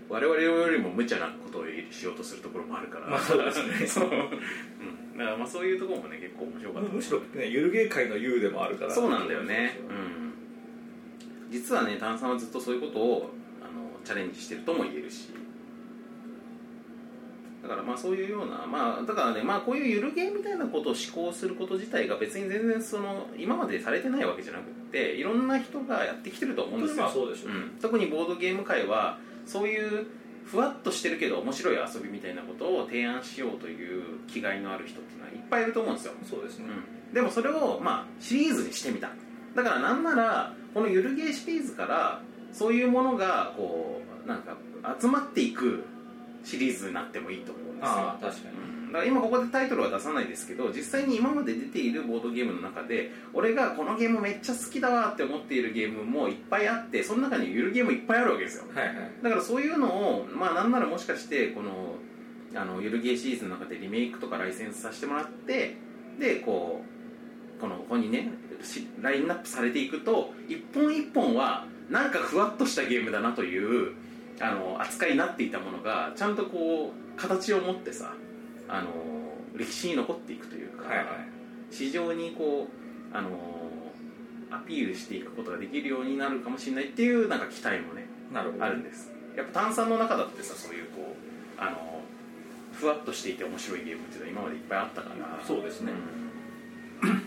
S2: 我々よりも無茶なことをしようとするところもあるから、
S3: まあそうですね
S2: そう、 *laughs* うん、だからまあそういうところもね結構面白かった
S3: むしろ、ね、ゆるゲー界の U でもあるから
S2: そうなんだよね、うん、実はね炭酸はずっとそういうことをあのチャレンジしてるとも言えるしだからまあそういうようなまあだからねまあこういうゆるゲーみたいなことを思考すること自体が別に全然その今までされてないわけじゃなくっていろんな人がやってきてると思うんですよ
S3: まあそうでしょうね
S2: ん、特にボードゲーム界はそういうふわっとしてるけど面白い遊びみたいなことを提案しようという気概のある人っていうのはいっぱいいると思うんですよ
S3: そうですね、
S2: うん、でもそれを、まあ、シリーズにしてみただからなんならこのゆるゲーシリーズからそういうものがこうなんか集まっていくシリーズになってもいいと思うんですよ
S3: ああ確かに
S2: うんだから今ここでタイトルは出さないですけど実際に今まで出ているボードゲームの中で俺がこのゲームめっちゃ好きだわって思っているゲームもいっぱいあってその中にゆるゲームいっぱいあるわけですよ
S3: はいはい
S2: だからそういうのをまあなんならもしかしてこのあのゆるゲーシリーズの中でリメイクとかライセンスさせてもらってでこうこのここにねしラインナップされていくと一本一本はなんかふわっとしたゲームだなというあの扱いになっていたものがちゃんとこう形を持ってさあの歴史に残っていくというか、
S3: はいはい
S2: 市場にこうあのアピールしていくことができるようになるかもしれないっていうなんか期待もね
S3: なるほど
S2: あるんですやっぱ炭酸の中だってさそういうこうあのふわっとしていて面白いゲームっていうのは今までいっぱいあったから
S3: そうですね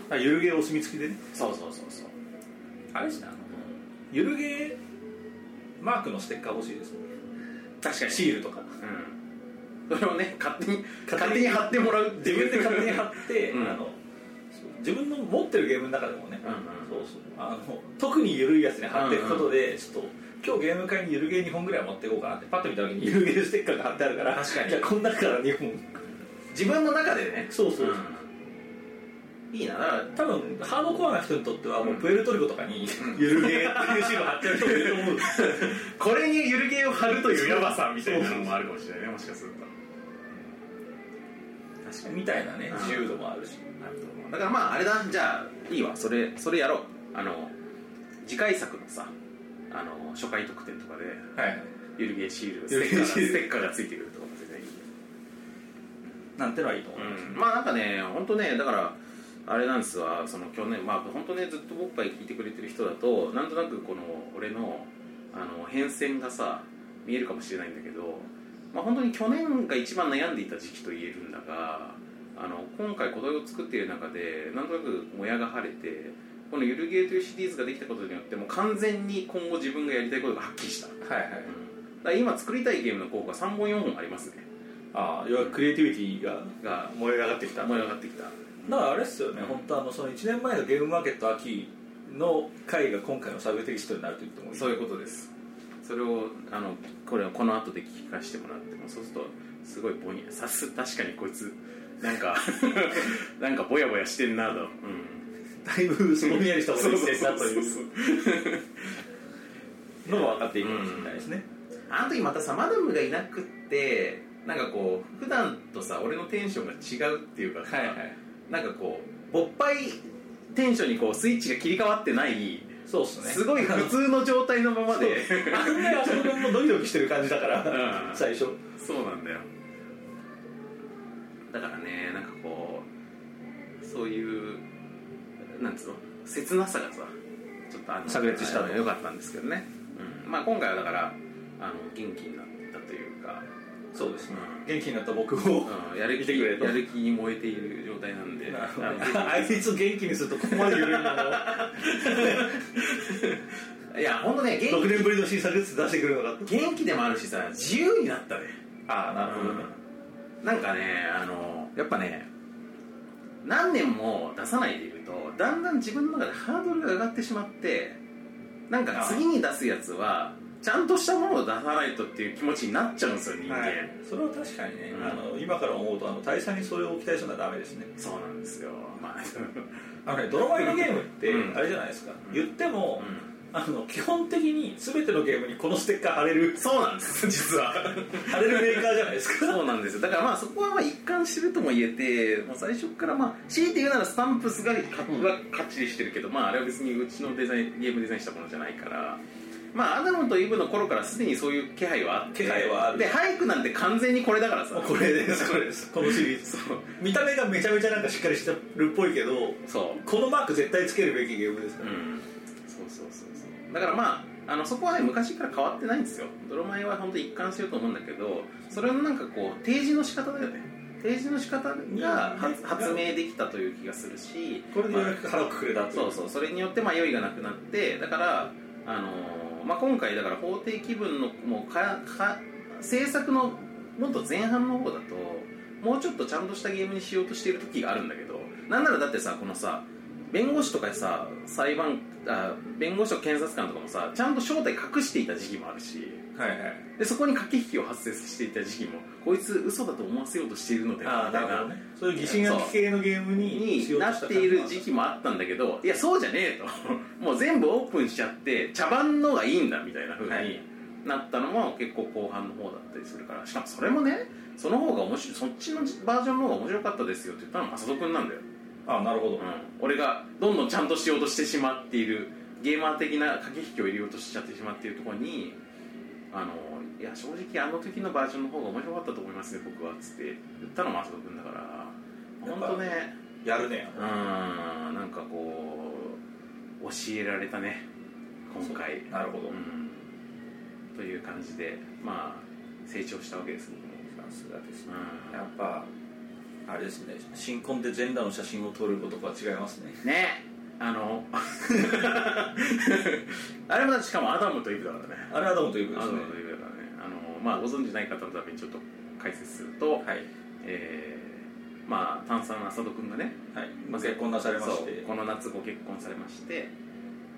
S2: うん
S3: あゆるゲーお墨付きでね
S2: そうそうそうそう
S3: あれですねあのゆるゲーマークのステッカー欲しいです
S2: 確かに
S3: シールとか
S2: うんそれをね勝手に勝
S3: 勝
S2: 手
S3: 手
S2: に
S3: に
S2: 貼ってもらうって
S3: 自
S2: いう
S3: 分で勝手に貼って、
S2: うん
S3: あの自分の持ってるゲームの中でもね、
S2: うんうん
S3: そうそうあの特に緩いやつに貼っていくことで、ちょっと今日ゲーム会にゆるゲー2本ぐらい持っていこうかなってパッと見た時にゆるゲーステッカーが貼ってあるから
S2: 確かに
S3: じゃあこの中から2本
S2: 自分の中でね
S3: そうそうそう、
S2: んいいなだから
S3: 多分ハードコアな人にとってはもう
S2: うん
S3: プエルトリコとかにゆるゲーっていうシール貼ってる人もいると思う
S2: これにゆるゲーを貼るというやばさみたいなのもあるかもしれないねもしかすると確かに
S3: *laughs* みたいなね
S2: うん
S3: 自由度もあるし
S2: なると思うだからまああれだじゃあいいわそれそれやろうあの次回作のさあの初回特典とかで
S3: はい
S2: ゆるゲーシールステ
S3: ゆ
S2: ッカー
S3: るゲー
S2: が
S3: シール
S2: ステッカーがついてくるとかも全然いいよ
S3: なんてのはいいと思います、
S2: まあなんかね本当ねだからあれなんですわその去年まあ本当ねずっと僕が聞いてくれてる人だとなんとなくこの俺のあの変遷がさ見えるかもしれないんだけどまあ本当に去年が一番悩んでいた時期と言えるんだがあの今回これを作っている中でなんとなくもやが晴れてこの「ゆるゲー」というシリーズができたことによってもう完全に今後自分がやりたいことがはっきりした、うん、だ
S3: はいはい
S2: から今作りたいゲームの候補が3本4本ありますね
S3: ああ要はクリエイティビティが
S2: が
S3: 燃え上がってきた
S2: 燃え上がってきた
S3: だからあれですよね、本当あのその1年前のゲームマーケット秋の回が今回のサブテキストになると言ってもいい
S2: そういうことですそれをあのこれをこの後で聞き返してもらってもそうするとすごいぼんやさす確かにこいつなんか *laughs* なんかぼやぼやしてんなと、うん、
S3: だいぶそぼんやりしたことに
S2: そう
S3: してたと
S2: そうそうそ
S3: いううのも分かっていくかもしれないですね、
S2: あの時またさマダムがいなくってなんかこう普段とさ俺のテンションが違うっていうかさ、なんかこう勃発テンションにこうスイッチが切り替わってない
S3: そうっすね
S2: すごい普通の状態のままで
S3: あんなにあそこでもうドキドキしてる感じだから、
S2: うん
S3: 最初
S2: そうなんだよだからねなんかこうそういうなんつうの切なさがさちょっとあの
S3: 炸裂したの
S2: あよかったんですけどね、うん、まあ今回はだからあの元気になったというか、
S3: そうですね
S2: うん
S3: 元気になった僕を
S2: うん、やる
S3: 見
S2: 気
S3: てくれと
S2: やる気に燃えている状態なんであのぜ
S3: *laughs* あいつを元気にするとここまで緩いのを
S2: ひいや本当ね元
S3: 6年ぶりの新作ずつ出してくるのか
S2: 気元気でもあるしさ自由になったね
S3: ああな
S2: うんなんかねあのやっぱね何年も出さないでいるとだんだん自分の中でハードルが上がってしまってなんか次に出すやつはちゃんとしたものを出さないとっていう気持ちになっちゃうんですよ人間、
S3: はい、それは確かにね、
S2: うん
S3: あの今から思うとあの大佐にそれを期待するのはダメですね
S2: そうなんですよまあ *laughs*
S3: あのね、泥米のゲームって
S2: うん
S3: あれじゃないですか、
S2: ん
S3: 言っても、
S2: う
S3: あの基本的に全てのゲームにこのステッカー貼れる
S2: んそうなんです実は
S3: *laughs* 貼れるメーカーじゃない *laughs* ですか
S2: そうなんですよだからまあそこはまあ一貫してるとも言えてもう最初からまあ強いて言うならスタンプスがかはかっちりしてるけどまああれは別にうちのデザインゲームデザインしたものじゃないからまあアダムとイブの頃からすでにそういう気配はあって
S3: 気配はある
S2: で俳句なんて完全にこれだからさ
S3: もう *laughs* これですこれですこのシリーズ
S2: そう
S3: 見た目がめちゃめちゃなんかしっかりしてるっぽいけど
S2: そう
S3: このマーク絶対つけるべきゲームですか
S2: う
S3: ら、
S2: んそうそうそうそうだからまああのそこはね昔から変わってないんですよ泥米は本当一貫してると思うんだけどそれのなんかこう提示の仕方だよね提示の仕方が発発明できたという気がするし
S3: これでよう
S2: まあ
S3: やく腹をくくれたとい
S2: そうそうそれによって迷いがなくなってだから、あのーまあ、今回だから法廷気分のもうかか制作のもっと前半の方だともうちょっとちゃんとしたゲームにしようとしている時があるんだけどなんならだってさこのさ弁護士とかさ裁判あ弁護士と検察官とかもさちゃんと正体隠していた時期もあるし
S3: はいはい
S2: でそこに駆け引きを発生していた時期もこいつ嘘だと思わせようとしているのではみたいな
S3: ねそういう疑心暗鬼系のゲームにしよ
S2: に
S3: うと
S2: な
S3: し
S2: ったている時期もあったんだけどいやそうじゃねえと *laughs* もう全部オープンしちゃって茶番のがいいんだみたいな風に
S3: はい
S2: なったのも結構後半の方だったりするからしかもそれもねその方が面白いそっちのバージョンの方が面白かったですよって言ったのは雅人君なんだよ、
S3: あなるほど、
S2: うん、俺がどんどんちゃんとしようとしてしまっているゲーマー的な駆け引きを入れようとしちゃってしまっているところにあのいや正直あの時のバージョンの方が面白かったと思いますね僕はっつって言ったのも雅人君だから
S3: や
S2: 本
S3: っぱ
S2: 当ね
S3: やるね
S2: うーんなんかこう教えられたね今回
S3: なるほど、
S2: うんという感じでまあ成長したわけです僕も
S3: さすがで
S2: う
S3: すね
S2: ん
S3: やっぱあれですね新婚でジェンダーの写真を撮ることとは違いますね
S2: ねあの *laughs* あれもだってしかもアダムとイブだからね
S3: あれはどうもというこ
S2: ア
S3: と
S2: ダ
S3: で
S2: ム
S3: すね
S2: とイブだからねあのまあご存じない方のためにちょっと解説すると、
S3: はい
S2: えーまあ炭酸浅戸君がね
S3: はい、まあ、結婚なされまし
S2: そう
S3: て
S2: この夏ご結婚されまして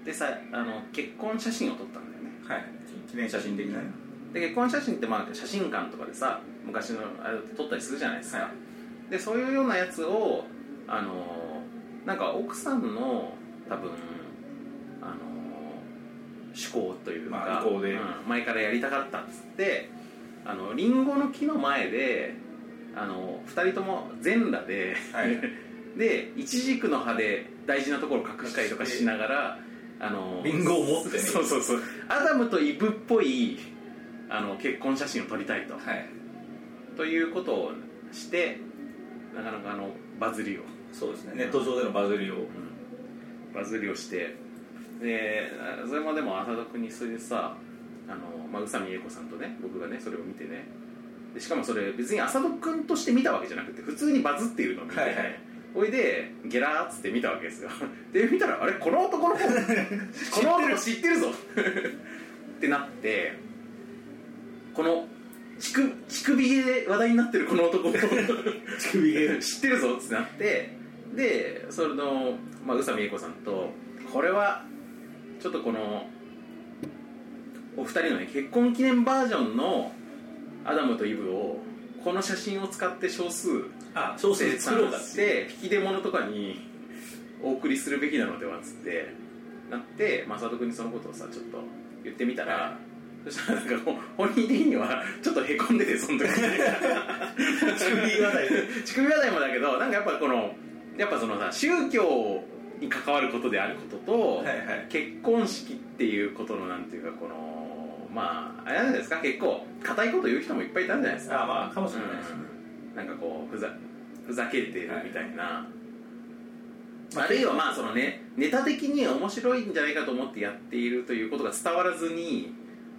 S2: でさあの結婚写真を撮ったんだよね
S3: はい記念写真的なね
S2: で結婚写真ってまあ写真館とかでさ昔のあれって撮ったりするじゃないですか、
S3: は
S2: でそういうようなやつをあのーなんか奥さんの多分あのー趣向というか、
S3: まあ意向で
S2: うん前からやりたかったっつってあのリンゴの木の前であの2人とも全裸
S3: *laughs*
S2: で
S3: はい
S2: でイチジクの葉で大事なところを隠したりとかしながらあの
S3: リンゴを持ってね
S2: そうそうそうアダムとイブっぽいあの結婚写真を撮りたいと、
S3: はい
S2: ということをしてなかなかあのバズりを、
S3: そうですねネット上でのバズりを
S2: バズりをしてであそれもでも浅田君にそれでさあの、まあ、宇佐美栄子さんとね僕がねそれを見てねでしかもそれ別に浅田君として見たわけじゃなくて普通にバズっていうのを見て、
S3: はいはい
S2: おいでゲラーっつって見たわけですよ *laughs* で見たらあれこの男の
S3: *laughs*
S2: 子この男知ってるぞってなってこの乳首乳首で話題になってるこの男
S3: 乳首ゲーム
S2: 知ってるぞってなってでそれの、まあ、宇佐美栄子さんとこれはちょっとこのお二人のね結婚記念バージョンのアダムとイブをこの写真を使って少数
S3: *laughs* あ小
S2: 生
S3: 説作ろう
S2: 産
S3: かっ
S2: してて引き出物とかにお送りするべきなのではっつってなって正人君にそのことをさちょっと言ってみたらそしたらなんか本人的にはちょっとへこんでてその時
S3: 乳首話題で
S2: 乳首話題もだけどなんかやっぱこのやっぱそのさ宗教に関わることであることと、
S3: はいはい
S2: 結婚式っていうことのなんていうかこのまああれなんですか結構硬いこと言う人もいっぱいいたんじゃないですか
S3: あまあかもしれないですね
S2: うんなんかこうふざふざけてるみたいな、あるいはまあそのねネタ的に面白いんじゃないかと思ってやっているということが伝わらずに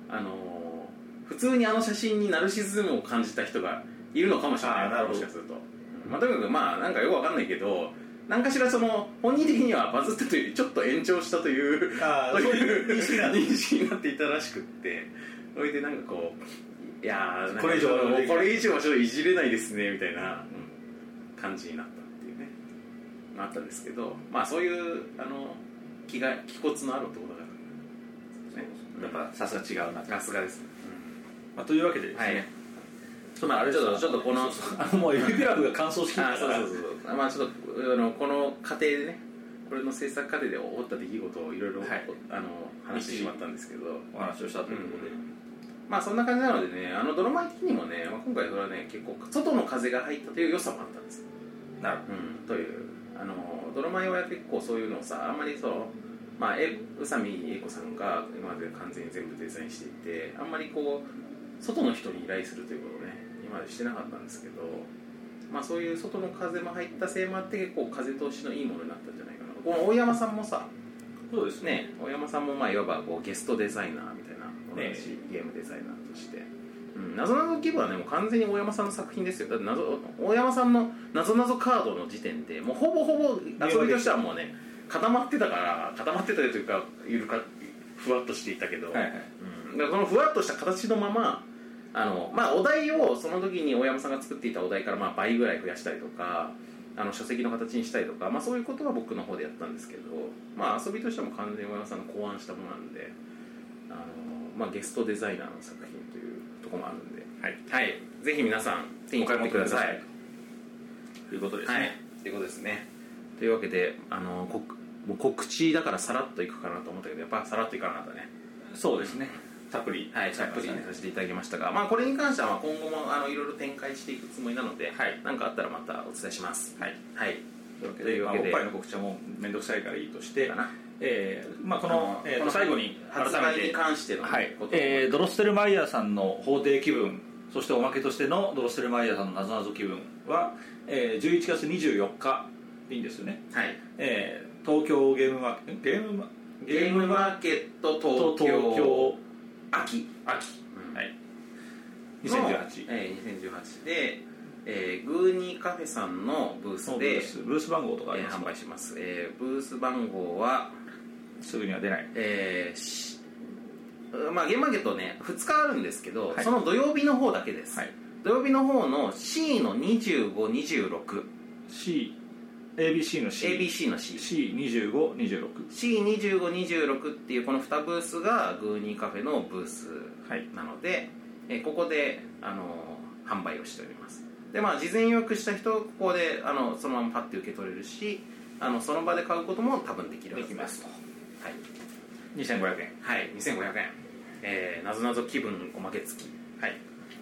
S2: あの普通にあの写真にナルシズムを感じた人がいるのかもしれな
S3: あ
S2: い
S3: ーなるほ
S2: も
S3: ど
S2: しかすると、まあ、とにかくまあなんかよくわかんないけど何かしらその本人的にはバズったというよりちょっと延長したという
S3: ああそういう認識なんで
S2: 認識になっていたらしくってそれでなんかこういやーなんか
S3: これ以上は
S2: もうこれ以上はちょっといじれないですねみたいなうん感じになったっていうねあったんですけどまあそういうあの気が気骨のある男だからね
S3: やっぱさすが違うな、
S2: さすがですね、
S3: まあ、というわけでですね、
S2: はい
S3: ちょっ
S2: ま
S3: とあ
S2: あ
S3: れ
S2: ち
S3: で
S2: ょ
S3: す
S2: っとち
S3: か
S2: ょっとこの
S3: あのもうエビピラフが乾燥しき
S2: あ
S3: っ
S2: ー
S3: た
S2: そ
S3: か
S2: う
S3: ら
S2: そうそうそうまあちょっとあのこの過程でねこれの制作過程で起こった出来事をいろいろ
S3: はい
S2: あの話してしまったんですけど
S3: お話をしたということで、
S2: まあそんな感じなのでねあのドラマ的にもね、まあ、今回それはね結構外の風が入ったという良さもあったんですよ、
S3: なる
S2: うん、というあのドラマは結構そういうのをさあんまりそのまあ、え宇佐美英子さんが今まで完全に全部デザインしていてあんまりこう外の人に依頼するということをね今までしてなかったんですけど、まあ、そういう外の風も入ったせいもあって結構風通しのいいものになったんじゃないかなこの大山さんもさ
S3: そうですね
S2: ね大山さんもまあいわばこうゲストデザイナーみたいな同
S3: え
S2: じゲームデザイナーとして。うん、謎謎規模はねもう完全に大山さんの作品ですよだって謎大山さんの謎謎カードの時点でもうほぼほぼ遊びとしてはもうね固まってたから固まってたというかゆるかふわっとしていたけど、
S3: はいはい
S2: うんだからそのふわっとした形のままあの、まあ、お題をその時に大山さんが作っていたお題からまあ倍ぐらい増やしたりとかあの書籍の形にしたりとか、まあ、そういうことは僕の方でやったんですけど、まあ、遊びとしても完全に大山さんの考案したものなんであの、まあ、ゲストデザイナーの作品というところもあるんで、
S3: はい
S2: はい、ぜひ皆さん手に取ってくださ
S3: お買い
S2: い
S3: 求。ということですね、
S2: はい、ということですねというわけであのこもう告知だからさらっといくかなと思ったけどやっぱさらっといかなかったね
S3: そうですねたっぷり
S2: はい、チャップリンにさせていただきましたが、まあ、これに関してはまあ今後もあのいろいろ展開していくつもりなので、
S3: はい
S2: 何かあったらまたお伝えします。
S3: はい
S2: はい、
S3: というわけで、まあ、おっぱいの告知はもう面倒くさいからいいとして、えーまあ、この,、えーと最後に改
S2: 発
S3: め
S2: 売に
S3: て、
S2: 関してのことを、
S3: はいえードロステルマイヤーさんの法定気分そしておまけとしてのドロステルマイヤーさんのなぞなぞ気分は、えー11月24日でいいんですよね、
S2: はい、
S3: えー東京ゲームマーゲームマ
S2: ゲームマーケット東京
S3: 東京
S2: 秋
S3: 秋、
S2: うん
S3: はい、
S2: の
S3: 2018
S2: えー、2018で、えー、グーニーカフェさんのブース
S3: のブ
S2: で
S3: ースブース番号とかあ
S2: え
S3: り
S2: ー
S3: ます
S2: 販
S3: の
S2: 売します、えーブース番号は
S3: すぐには出ない
S2: えーしまあ、ゲームマーケットね2日あるんですけど、
S3: はい
S2: その土曜日の方だけです、
S3: はい
S2: 土曜日の方の C の 2526ABC
S3: CABC の C
S2: の C
S3: C2526
S2: C2526 っていうこの2ブースがグーニーカフェのブース
S3: はい
S2: なので、えーここで、あのー販売をしておりますでまあ事前予約した人はここであのそのままパッて受け取れるしあのその場で買うことも多分できるはず
S3: できますと
S2: はい
S3: 2500円
S2: はい、2500円、えー、なぞなぞ気分おまけ付き、はい、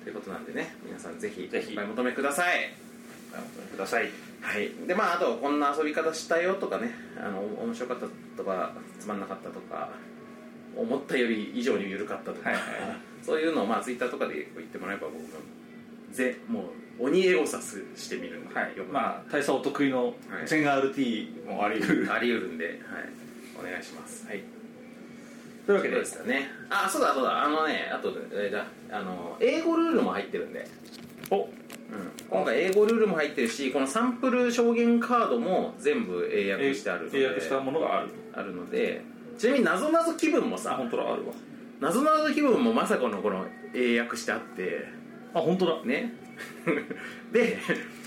S2: ということなんでね、皆さんぜひ、
S3: ぜひ
S2: お買い求めください。
S3: ください
S2: はい、で、まあ、あと、こんな遊び方したよとかね、あの面白かったとか、つまんなかったとか、思ったより以上に緩かったとか、
S3: はいはい
S2: そういうのを、まあ、ツイッターとかで言ってもらえば、僕も、ぜもう、鬼エゴサスしてみるんで、
S3: はい
S2: 読む
S3: まあ大差お得意の全 RT もあり得
S2: *laughs*
S3: る
S2: あり得るんで、はい、お願いします。
S3: はいという
S2: そ
S3: わけ
S2: う
S3: で
S2: ですよねあそうだそうだあのねあとえーじゃああの英語ルールも入ってるんで、
S3: お
S2: うん、今回英語ルールも入ってるしこのサンプル証言カードも全部英訳してあるので
S3: 契約したものがある
S2: あるのでちなみになぞなぞ気分も
S3: あ
S2: さ
S3: 本当だあるわ
S2: なぞなぞ気分もまさこのこの英訳してあって
S3: あ本当だ
S2: ね *laughs* で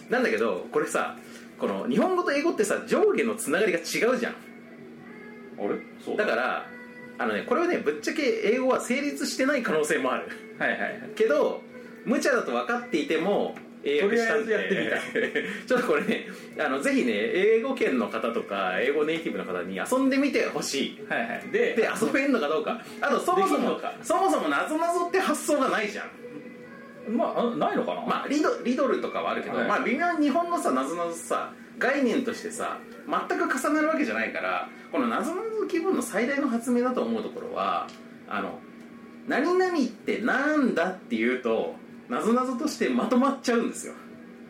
S2: なんだけどこれさこの日本語と英語ってさ上下のつながりが違うじゃん
S3: あれそう
S2: だからあのねこれはねぶっちゃけ英語は成立してない可能性もある
S3: らはいはいはい
S2: けど無茶だと分かっていても英訳したんで
S3: とりあえずや
S2: *laughs* ちょっとこれねあのぜひね英語圏の方とか英語ネイティブの方に遊んでみてほしい
S3: はいはいで
S2: で遊べるのかどうかあとそもそ
S3: できん
S2: も
S3: のか
S2: そもそもなぞなぞって発想がないじゃん
S3: まああないのかな
S2: まあリドリドルとかはあるけど、
S3: はい
S2: まあ微妙に日本のさなぞなぞさ概念としてさ全く重なるわけじゃないからこのなぞなぞ気分の最大の発明だと思うところはあの何々ってなんだっていうとなぞなぞとしてまとまっちゃうんですよ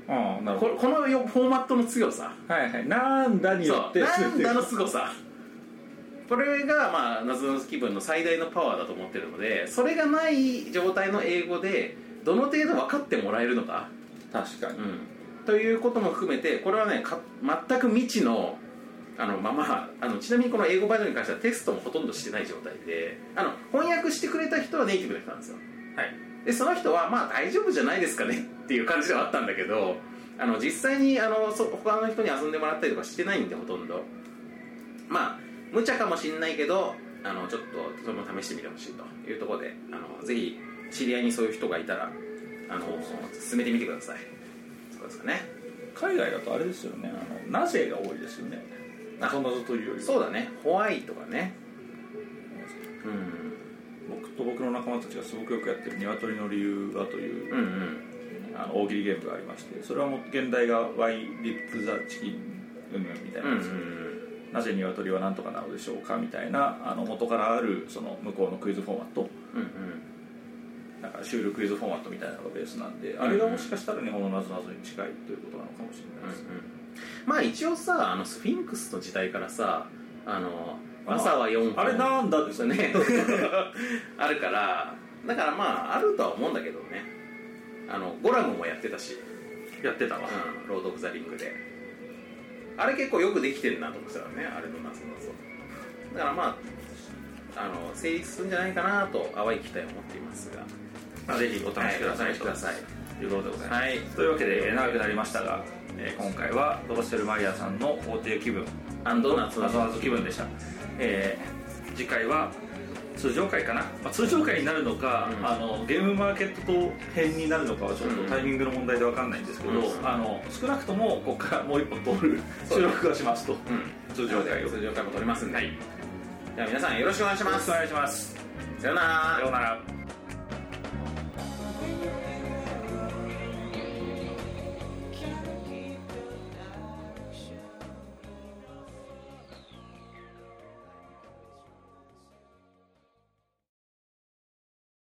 S3: ああなるほ
S2: ここのよフォーマットの強さ
S3: どはいはいなんだによ
S2: そ
S3: っ
S2: う
S3: て
S2: なんだの凄さこれがまあ謎の気分の最大のパワーだと思ってるのでそれがない状態の英語でどの程度分かってもらえるのか
S3: 確かに
S2: うん、ということも含めてこれはねか全く未知のあのままあのちなみにこの英語バージョンに関してはテストもほとんどしてない状態であの翻訳してくれた人はネイティブの人なんですよ
S3: はい
S2: でその人はまあ大丈夫じゃないですかねっていう感じではあったんだけどあの実際にあのそ他の人に遊んでもらったりとかしてないんでほとんどまあ無茶かもしんないけどあのちょっとそれも試してみてほしいというところであのぜひ知り合いにそういう人がいたらあの
S3: そうですね
S2: 進めてみてくださいそうですかね
S3: 海外だとあれですよねあのなぜが多いですよね
S2: あ
S3: 謎謎というよりは
S2: そうだねホワイとかねうん
S3: 僕と僕の仲間たちがすごくよくやってる「鶏の理由は」という、
S2: うんうん
S3: あの大喜利ゲームがありましてそれはもう現代が「ワイリップ・ザ・チキン」うんみたい
S2: うん
S3: な
S2: うんん
S3: ですけど、なぜ鶏はなんとかなのでしょうかみたいなあの元からあるその向こうのクイズフォーマット
S2: うん
S3: なんかシュールクイズフォーマットみたいなのがベースなんであれがもしかしたら日本のなぞなぞに近いということなのかもしれ
S2: うんう
S3: なんいですね、
S2: まあ一応さあのスフィンクスの時代からさあの
S3: あ
S2: 朝は4本
S3: あれなんだです
S2: そう
S3: よね
S2: ね *laughs* あるからだからまああるとは思うんだけどねあのゴラムもやってたし
S3: *laughs* やってたわ
S2: うん、ロード・オブ・ザ・リングであれ結構よくできてるなと思ってたからねあれの謎謎だからまああの成立するんじゃないかなと淡い期待を持っていますが
S3: まあぜひお試しくださ
S2: はいいお試しください
S3: ということでございます、
S2: はい
S3: というわけでえー長くなりましたが、えー今回はドロッセルマイヤーさんの法廷気分
S2: アンドナツ
S3: 謎々気分でした、えー次回は通常回かな、まあ、通常回になるのか、
S2: うん
S3: あのゲームマーケットと編になるのかはちょっ
S2: うん
S3: とタイミングの問題で分かんないんですけど、
S2: うん
S3: あの少なくともここからもう一本通る
S2: そう
S3: 収録はしますと
S2: うん
S3: 通常回を
S2: 通常回も取りますんで、では皆さんよろしくお願いし
S3: よろ
S2: ま
S3: し
S2: す
S3: くお願いします
S2: さようなら
S3: さようなら